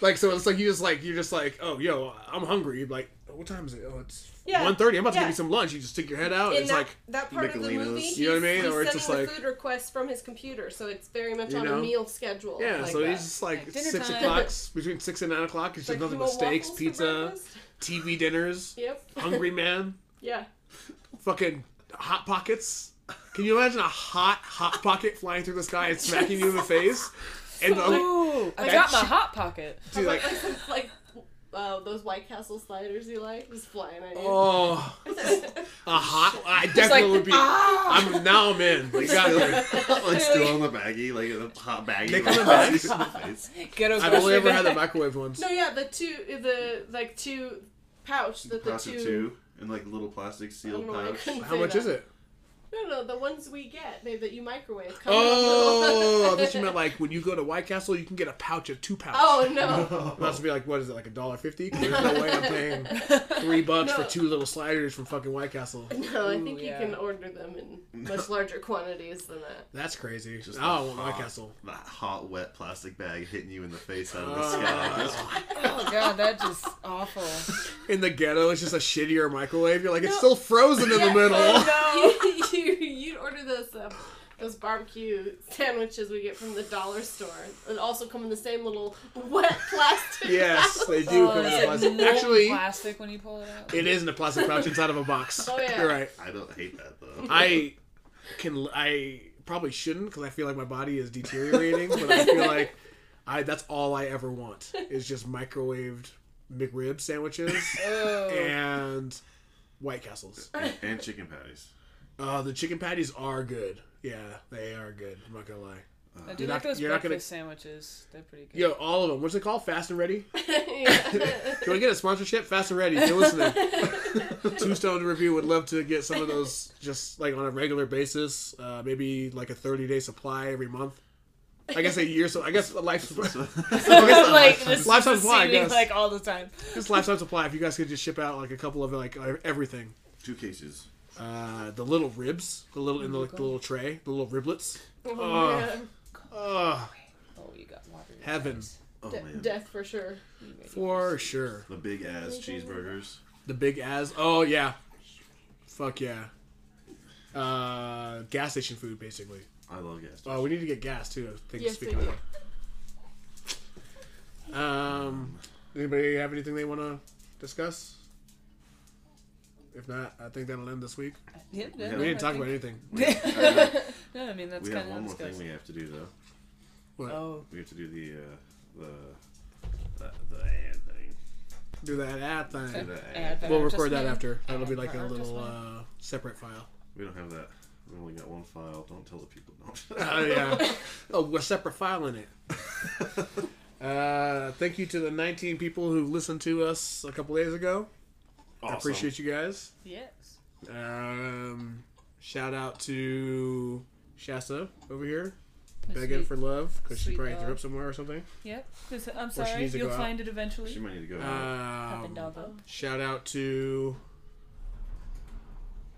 Speaker 2: Like, so it's like, you just like, you're just like, oh, yo, I'm hungry. You're like, what time is it? Oh, it's
Speaker 3: Yeah.
Speaker 2: 1.30. I'm about to
Speaker 3: Yeah.
Speaker 2: give you some lunch. You just stick your head out.
Speaker 3: In
Speaker 2: and it's
Speaker 3: that,
Speaker 2: like,
Speaker 3: that part of the
Speaker 4: Michelinas.
Speaker 3: movie,
Speaker 4: You
Speaker 3: he's,
Speaker 2: know what I mean?
Speaker 3: he's
Speaker 2: Or it's
Speaker 3: sending
Speaker 2: just
Speaker 3: the
Speaker 2: like-
Speaker 3: food requests from his computer, so it's very much
Speaker 2: You
Speaker 3: on
Speaker 2: know?
Speaker 3: a meal schedule.
Speaker 2: yeah,
Speaker 3: Oh like
Speaker 2: so
Speaker 3: that.
Speaker 2: he's just like,
Speaker 1: Like, dinner
Speaker 2: six
Speaker 1: time.
Speaker 2: o'clock, between six and nine o'clock. It's
Speaker 3: Like,
Speaker 2: just nothing
Speaker 3: you
Speaker 2: but
Speaker 3: want
Speaker 2: steaks,
Speaker 3: waffles for
Speaker 2: pizza,
Speaker 3: breakfast? [laughs]
Speaker 2: TV dinners,
Speaker 3: Yep.
Speaker 2: hungry man.
Speaker 3: yeah.
Speaker 2: fucking hot pockets. Can you imagine a hot hot pocket flying through the sky and smacking
Speaker 3: [laughs]
Speaker 2: you in the face? And the,
Speaker 1: Ooh, I
Speaker 2: that
Speaker 1: got my
Speaker 2: shit-
Speaker 1: hot pocket.
Speaker 2: dude, like,
Speaker 3: Like, some- [laughs] like uh, those White Castle sliders you like, just flying at you.
Speaker 2: oh,
Speaker 3: [laughs]
Speaker 2: a hot. I definitely
Speaker 1: like,
Speaker 2: would be.
Speaker 3: ah.
Speaker 2: I'm now I'm in.
Speaker 3: [laughs]
Speaker 2: Like, exactly.
Speaker 4: like still on the baggie, like in the hot baggie.
Speaker 2: Nick
Speaker 4: like,
Speaker 2: on the bags?
Speaker 4: [laughs] in the face.
Speaker 1: Ghetto
Speaker 2: I've only
Speaker 1: grocery
Speaker 2: ever
Speaker 3: [laughs]
Speaker 2: had the
Speaker 1: bag.
Speaker 2: microwave ones.
Speaker 3: No, yeah, the two, the like two pouch that the
Speaker 4: Plastic
Speaker 3: two.
Speaker 4: two in like little plastic sealed
Speaker 3: don't know why I
Speaker 4: pouch. [laughs]
Speaker 3: couldn't-
Speaker 2: How much
Speaker 3: Say
Speaker 2: is
Speaker 3: that.
Speaker 2: it?
Speaker 3: No, no, the ones we get, they that you microwave. Come in the
Speaker 2: Oh, I
Speaker 3: middle. [laughs]
Speaker 2: thought you meant like when you go to White Castle, you can get a pouch of two pouch.
Speaker 3: Oh
Speaker 2: [laughs]
Speaker 3: no.
Speaker 2: I'm about to be like, what is it, like a dollar fifty? There's no way I'm paying three bucks
Speaker 3: No.
Speaker 2: for two little sliders from fucking White Castle.
Speaker 3: No, I
Speaker 1: Ooh,
Speaker 3: think
Speaker 1: yeah.
Speaker 3: you can order them in much larger quantities than that.
Speaker 2: That's crazy.
Speaker 4: Just
Speaker 2: oh, I
Speaker 4: the
Speaker 2: want White
Speaker 4: hot-
Speaker 2: Castle.
Speaker 4: That hot, wet plastic bag hitting you in the face out of the
Speaker 2: Oh.
Speaker 4: sky.
Speaker 1: [laughs] Oh god, that just awful.
Speaker 2: in the ghetto it's just a shittier microwave. You're like, it's still frozen [laughs] in the
Speaker 1: [laughs]
Speaker 2: middle.
Speaker 3: [laughs] You, you, you'd order those uh, those barbecue sandwiches we get from the dollar store, and also come in the same little wet [laughs] plastic.
Speaker 2: [laughs] yes, they
Speaker 3: Oh,
Speaker 1: Oh,
Speaker 2: do come in a plastic. Actually,
Speaker 1: plastic when you pull it out.
Speaker 2: it is in a plastic pouch inside of a box.
Speaker 3: Oh, yeah.
Speaker 2: You're right.
Speaker 4: I don't hate
Speaker 3: [laughs]
Speaker 4: that though.
Speaker 2: I can. I probably shouldn't because I feel like my body is deteriorating. But I feel like I. That's all I ever want is just microwaved McRib sandwiches
Speaker 1: Oh.
Speaker 2: and White Castles.
Speaker 4: and chicken patties.
Speaker 2: Uh, the chicken patties are good. Yeah, they are good. I'm not gonna lie.
Speaker 1: I do like
Speaker 2: You're not-
Speaker 1: those
Speaker 2: you're not
Speaker 1: breakfast
Speaker 2: gonna-
Speaker 1: sandwiches. They're pretty good.
Speaker 2: Yo, all of them. What's it called? Fast and ready. [laughs]
Speaker 3: Yeah.
Speaker 2: Can we get a sponsorship? Fast and ready. If you're
Speaker 1: [laughs]
Speaker 2: listening, Two Stone Review would love to get some of those just like on a regular basis. Uh, maybe like a 30 day supply every month. I guess a year. So I guess a life.
Speaker 4: [laughs]
Speaker 1: like this
Speaker 2: Life's on
Speaker 1: is
Speaker 2: fly, I
Speaker 1: seeming
Speaker 2: guess.
Speaker 1: like all the time.
Speaker 2: This lifetime supply. If you guys could just ship out like a couple of like e-, everything,
Speaker 4: Two cases.
Speaker 2: uh, the little ribs, the little in the, like, the little tray, the little riblets.
Speaker 3: Oh, yeah.
Speaker 2: Oh,
Speaker 1: Oh, you got water.
Speaker 2: heaven
Speaker 4: Oh
Speaker 3: De-
Speaker 4: man.
Speaker 3: death for sure.
Speaker 2: for sure.
Speaker 4: The big ass cheeseburgers.
Speaker 2: The big as. Oh yeah, fuck yeah. Uh, gas station food basically.
Speaker 4: I love gas.
Speaker 2: Oh, we need to get gas too. I think
Speaker 3: Yes,
Speaker 2: speaking
Speaker 3: we
Speaker 2: of that. Um, anybody have anything they want to discuss? If not, I think that'll end this week.
Speaker 1: Yeah, no,
Speaker 4: We
Speaker 2: We
Speaker 4: Yeah,
Speaker 2: didn't
Speaker 1: I
Speaker 2: talk
Speaker 1: think-
Speaker 2: about anything.
Speaker 3: [laughs]
Speaker 4: stations.
Speaker 1: No, I mean that's
Speaker 4: we
Speaker 1: kind
Speaker 4: have
Speaker 1: of
Speaker 4: one more thing
Speaker 1: disgusting.
Speaker 4: we have to do though.
Speaker 2: What?
Speaker 1: Oh,
Speaker 4: We have to do the uh, the the, the ad thing.
Speaker 2: Do that ad thing.
Speaker 4: Do that ad.
Speaker 1: ad
Speaker 2: We'll
Speaker 1: for
Speaker 2: record that
Speaker 1: advertisement.
Speaker 2: after. That'll be like a
Speaker 1: For
Speaker 2: little
Speaker 1: advertisement.
Speaker 2: uh, separate file.
Speaker 4: We don't have that. We only got one file. Don't tell the people. No. [laughs]
Speaker 2: Oh yeah.
Speaker 3: [laughs]
Speaker 2: oh, a separate file in it. [laughs] Uh, thank you to the 19 people who listened to us a couple days ago. I appreciate you guys.
Speaker 1: Yes.
Speaker 2: Um, shout out to Shasta over here,
Speaker 1: Miss
Speaker 2: begging
Speaker 1: Sweet.
Speaker 2: for love because she
Speaker 1: Sweet
Speaker 2: probably
Speaker 1: dog.
Speaker 2: threw up somewhere or something.
Speaker 1: Yep. 'Cause I'm sorry.
Speaker 2: needs to
Speaker 1: You'll
Speaker 2: go out.
Speaker 1: find it eventually.
Speaker 4: She might need to go. out.
Speaker 2: Um,
Speaker 1: doggo.
Speaker 2: shout out to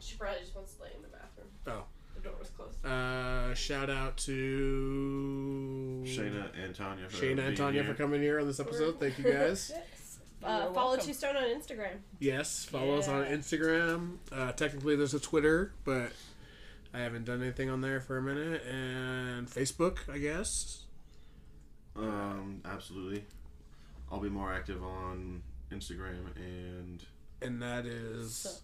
Speaker 3: She probably just wants to lay in the bathroom.
Speaker 2: oh,
Speaker 3: The door was closed.
Speaker 2: uh, shout out to
Speaker 4: Shayna and Tanya. For
Speaker 2: Shayna and
Speaker 4: being
Speaker 2: Tanya
Speaker 4: here.
Speaker 5: [laughs]
Speaker 1: [laughs]
Speaker 2: for coming here on this episode. Thank you guys.
Speaker 5: Yes. Uh,
Speaker 1: You're
Speaker 5: follow
Speaker 1: welcome.
Speaker 5: Two Stone on Instagram.
Speaker 2: Yes, follow us on
Speaker 1: Yeah.
Speaker 2: Instagram. Uh, technically, there's a Twitter, but I haven't done anything on there for a minute. And Facebook, I guess.
Speaker 4: Um, absolutely. I'll be more active on Instagram and
Speaker 2: And that is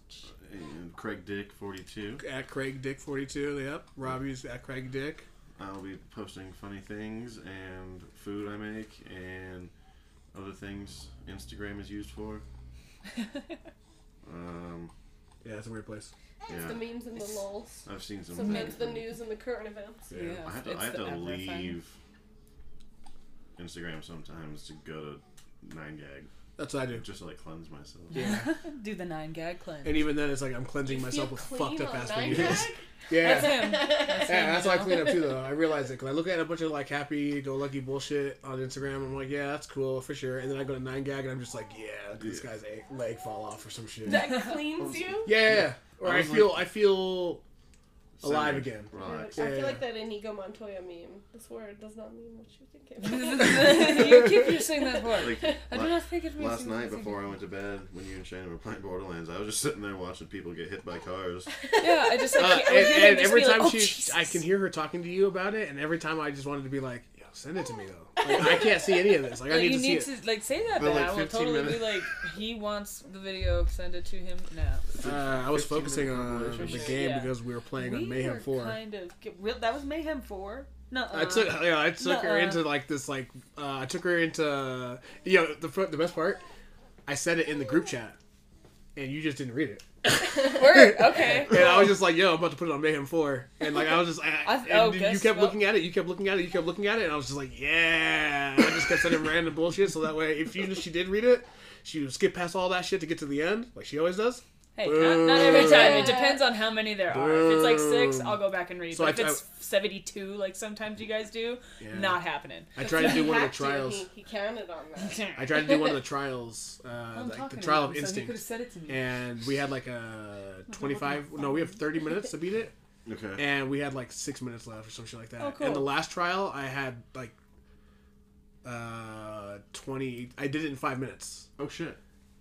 Speaker 4: and Craig Dick forty two.
Speaker 2: at Craig Dick 42. Yep. Robbie's at Craig Dick.
Speaker 4: I'll be posting funny things and food I make and other things Instagram is
Speaker 5: [laughs]
Speaker 4: used for. Um,
Speaker 2: Yeah, it's a weird place.
Speaker 4: yeah,
Speaker 5: The memes and the lols.
Speaker 4: I've seen some.
Speaker 5: Sometimes the news and the current events.
Speaker 2: Yeah.
Speaker 1: Yes,
Speaker 4: I have to,
Speaker 1: it's
Speaker 4: I have
Speaker 1: the
Speaker 4: to
Speaker 1: everything.
Speaker 4: leave Instagram sometimes to go to Nine Gag
Speaker 2: That's what I do.
Speaker 4: just to like cleanse myself.
Speaker 2: Yeah.
Speaker 1: [laughs] Do the nine gag cleanse.
Speaker 2: and even then, it's like I'm cleansing
Speaker 5: You feel
Speaker 2: myself with
Speaker 5: clean
Speaker 2: fucked up
Speaker 5: on
Speaker 2: ass
Speaker 5: nine
Speaker 2: videos.
Speaker 5: gag?
Speaker 2: [laughs] Yeah.
Speaker 1: That's him.
Speaker 5: That's
Speaker 2: Yeah, that's why I
Speaker 1: know?
Speaker 2: clean up too, though. I realize it. Cause I look at a bunch of like happy go lucky bullshit on Instagram. I'm like, yeah, that's cool for sure. And then I go to Nine Gag and I'm just like, yeah, look at this
Speaker 4: Yeah.
Speaker 2: guy's a- leg fall off or some shit. Yeah,
Speaker 5: That cleans you.
Speaker 2: yeah. Or
Speaker 4: I
Speaker 2: I
Speaker 4: was
Speaker 2: feel, I feel. Alive
Speaker 4: Send it.
Speaker 2: again.
Speaker 4: Relax.
Speaker 5: I
Speaker 2: Yeah.
Speaker 5: feel like that Inigo Montoya meme. This word does not mean what you
Speaker 2: [laughs]
Speaker 5: think it means.
Speaker 1: [laughs]
Speaker 5: [laughs]
Speaker 1: you keep just saying that word.
Speaker 4: Like,
Speaker 1: [laughs] I do
Speaker 4: la-
Speaker 1: not think it means
Speaker 4: Last night before I went to bed, when you and Shannon were playing Borderlands, I was just sitting there watching people get hit by
Speaker 1: [laughs]
Speaker 4: cars.
Speaker 1: Yeah, I just. I
Speaker 2: Uh,
Speaker 1: can't, I would
Speaker 2: and
Speaker 1: hear them
Speaker 2: and
Speaker 1: just
Speaker 2: every
Speaker 1: be like,
Speaker 2: time
Speaker 1: "Oh,
Speaker 2: she,
Speaker 1: Jesus."
Speaker 2: I can hear her talking to you about it, and every time I just wanted to be like, yo, send it to me though. Like, I can't see any of this. Like, I
Speaker 1: Like, you
Speaker 2: need to see
Speaker 1: need
Speaker 2: it.
Speaker 1: to like say that,
Speaker 4: But,
Speaker 1: but
Speaker 4: like,
Speaker 1: I will
Speaker 4: 15
Speaker 1: totally
Speaker 4: minutes.
Speaker 1: be like, he wants the video. Send it to him now.
Speaker 2: Uh, I was
Speaker 4: 15
Speaker 2: focusing
Speaker 4: minute
Speaker 2: on the
Speaker 4: compilation.
Speaker 2: game
Speaker 1: Yeah.
Speaker 2: because we were playing
Speaker 1: we
Speaker 2: on Mayhem
Speaker 1: were
Speaker 2: Four.
Speaker 1: Kind of get real. That was Mayhem Four. No, [laughs]
Speaker 2: I took yeah, I took her
Speaker 1: Nuh-uh.
Speaker 2: into like this like uh, I took her into you know the fir- the best part I said it in the group chat and you just didn't read it
Speaker 1: word.
Speaker 2: [laughs]
Speaker 1: Okay.
Speaker 2: and I was just like yo I'm about to put it on Mayhem Four and like I was just I,
Speaker 1: [laughs] I-
Speaker 2: and
Speaker 1: oh,
Speaker 2: you
Speaker 1: guess
Speaker 2: kept
Speaker 1: what?
Speaker 2: looking at it you kept looking at it you kept looking at it and I was just like yeah I just kept sending [laughs] random bullshit so that way if you she did read it she would skip past all that shit to get to the end like she always does
Speaker 1: Hey, not, not every time. It depends on how many there are. If it's like six,
Speaker 2: Boom.
Speaker 1: I'll go back and read.
Speaker 2: So
Speaker 1: but
Speaker 2: I-
Speaker 1: if it's seventy-two, like sometimes you guys do,
Speaker 2: Yeah.
Speaker 1: not happening.
Speaker 2: I tried to do
Speaker 3: He
Speaker 2: one of
Speaker 3: had
Speaker 2: the
Speaker 3: to,
Speaker 2: trials
Speaker 3: He, he counted on that.
Speaker 2: I tried to do one of the trials
Speaker 1: [laughs]
Speaker 2: uh,
Speaker 1: I'm
Speaker 2: like the
Speaker 1: talking
Speaker 2: trial
Speaker 1: about
Speaker 2: of
Speaker 1: him, So he
Speaker 2: instinct
Speaker 1: could have said it to me.
Speaker 2: and we had like a 25 no we have 30 minutes to
Speaker 1: [laughs]
Speaker 2: beat it
Speaker 4: Okay.
Speaker 2: and we had like six minutes left or some shit like that
Speaker 1: Oh, cool.
Speaker 2: and the last trial i had like uh 20 i did it in five minutes
Speaker 4: Oh shit.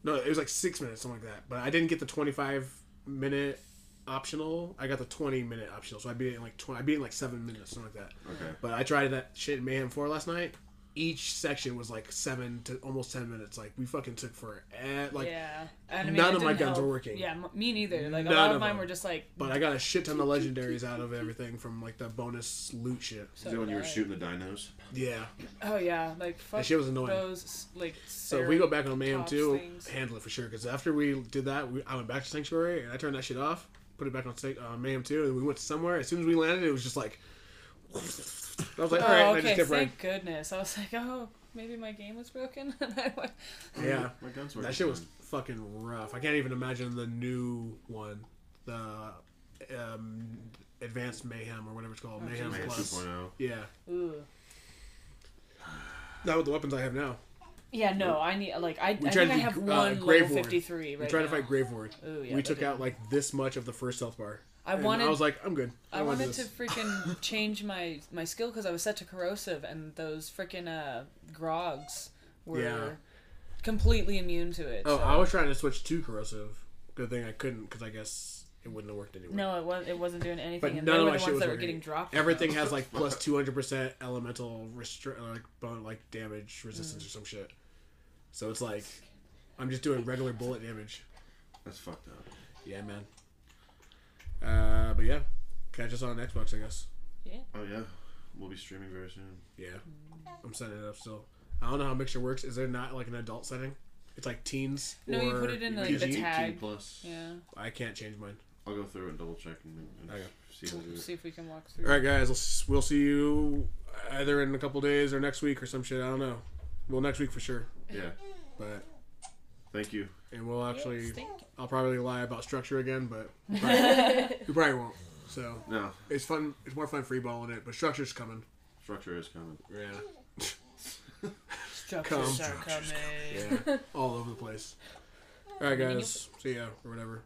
Speaker 2: no it was like six minutes something like that but i didn't get the 25 minute optional i got the 20 minute optional so i beat it in like 20 i beat it in like seven minutes something like that
Speaker 4: Okay.
Speaker 2: but i tried that shit in mayhem 4 last night each section was like seven to almost ten minutes like we fucking took for eh, like
Speaker 1: yeah, and, I mean,
Speaker 2: none
Speaker 1: it
Speaker 2: of my
Speaker 1: didn't
Speaker 2: guns
Speaker 1: help.
Speaker 2: were working.
Speaker 1: Yeah, m- me neither. Like
Speaker 2: None
Speaker 1: a lot of,
Speaker 2: of
Speaker 1: mine
Speaker 2: them.
Speaker 1: were just like.
Speaker 2: But I got a shit ton of legendaries out of everything from like the bonus loot shit.
Speaker 1: So
Speaker 4: Is that when you were
Speaker 1: bad.
Speaker 4: shooting the dinos?
Speaker 2: Yeah.
Speaker 1: Oh yeah, like fuck.
Speaker 2: shit was annoying.
Speaker 1: Those like.
Speaker 2: So if we go back on Mayhem
Speaker 1: Tops
Speaker 2: 2,
Speaker 1: things.
Speaker 2: handle it for sure. Because after we did that, we, I went back to Sanctuary and I turned that shit off, put it back on Sanct- uh, Mayhem 2, and we went somewhere. As soon as we landed, it was just like. I was like,
Speaker 1: Oh,
Speaker 2: all right, and I
Speaker 1: okay.
Speaker 2: just kept
Speaker 1: Thank
Speaker 2: running.
Speaker 1: goodness. I was like, oh, maybe my game was broken, [laughs] and I went.
Speaker 2: Yeah.
Speaker 4: My guns were.
Speaker 2: That shit was fucking rough. I can't even imagine the new one. The um, Advanced Mayhem or whatever it's called. Mayhem
Speaker 4: Man,
Speaker 2: Plus.
Speaker 4: 2.0.
Speaker 2: Yeah.
Speaker 1: Ooh.
Speaker 2: Not with the weapons I have now.
Speaker 1: Yeah, no, I need like I, I
Speaker 2: We
Speaker 1: think
Speaker 2: tried
Speaker 1: I
Speaker 2: to do,
Speaker 1: have
Speaker 2: uh,
Speaker 1: one
Speaker 2: Grave
Speaker 1: level
Speaker 2: Lord.
Speaker 1: fifty three
Speaker 2: We
Speaker 1: right
Speaker 2: tried to
Speaker 1: now.
Speaker 2: fight Grave Ward.
Speaker 1: Ooh, yeah,
Speaker 2: we
Speaker 1: that
Speaker 2: took
Speaker 1: did-
Speaker 2: out like this much of the first health bar.
Speaker 1: I
Speaker 2: And
Speaker 1: wanted
Speaker 2: I was like, I'm good.
Speaker 1: I
Speaker 2: don't want
Speaker 1: wanted to
Speaker 2: this.
Speaker 1: freaking change my my skill because I was such a corrosive, and those freaking uh grogs were
Speaker 2: Yeah.
Speaker 1: completely immune to it.
Speaker 2: Oh,
Speaker 1: so-
Speaker 2: I was trying to switch to corrosive. Good thing I couldn't, because I guess it wouldn't have worked anyway.
Speaker 1: no, it was it wasn't doing anything.
Speaker 2: But
Speaker 1: and
Speaker 2: none
Speaker 1: they
Speaker 2: of
Speaker 1: were
Speaker 2: my
Speaker 1: the
Speaker 2: shit
Speaker 1: ones
Speaker 2: was
Speaker 1: that were
Speaker 2: working.
Speaker 1: getting dropped.
Speaker 2: Everything has like plus two hundred percent elemental restri- like bon- like damage resistance or some shit. So it's like, I'm just doing regular bullet damage.
Speaker 4: That's fucked up.
Speaker 2: Yeah, man. Uh, but yeah, catch us on Xbox, I guess.
Speaker 4: Oh yeah. We'll be streaming very soon.
Speaker 2: Yeah,
Speaker 1: Mm.
Speaker 2: I'm setting it up still. I don't know how mixture works. Is there not like an adult setting? It's like teens.
Speaker 1: No, you
Speaker 2: or-
Speaker 1: put it in like
Speaker 4: PG,
Speaker 1: the
Speaker 4: 18
Speaker 1: tag.
Speaker 4: plus.
Speaker 1: Yeah,
Speaker 2: I can't change mine.
Speaker 4: I'll go through and double check and, and
Speaker 2: Okay.
Speaker 4: see how to do
Speaker 1: we'll
Speaker 4: it.
Speaker 1: see if we can walk
Speaker 2: All
Speaker 1: through.
Speaker 2: right, guys. We'll, s- we'll see you either in a couple days or next week or some shit. I don't know. Well, next week for sure.
Speaker 4: Yeah.
Speaker 2: But
Speaker 4: Thank you.
Speaker 2: and we'll actually,
Speaker 5: Yes, thank
Speaker 2: I'll probably lie about structure again, but we probably, we probably won't. So
Speaker 4: No,
Speaker 2: it's fun. It's more fun free balling it, but structure's coming.
Speaker 4: structure is coming.
Speaker 2: Yeah.
Speaker 1: Structures
Speaker 2: Come.
Speaker 1: are coming.
Speaker 2: Yeah. All over the place. All right, guys. See ya or whatever.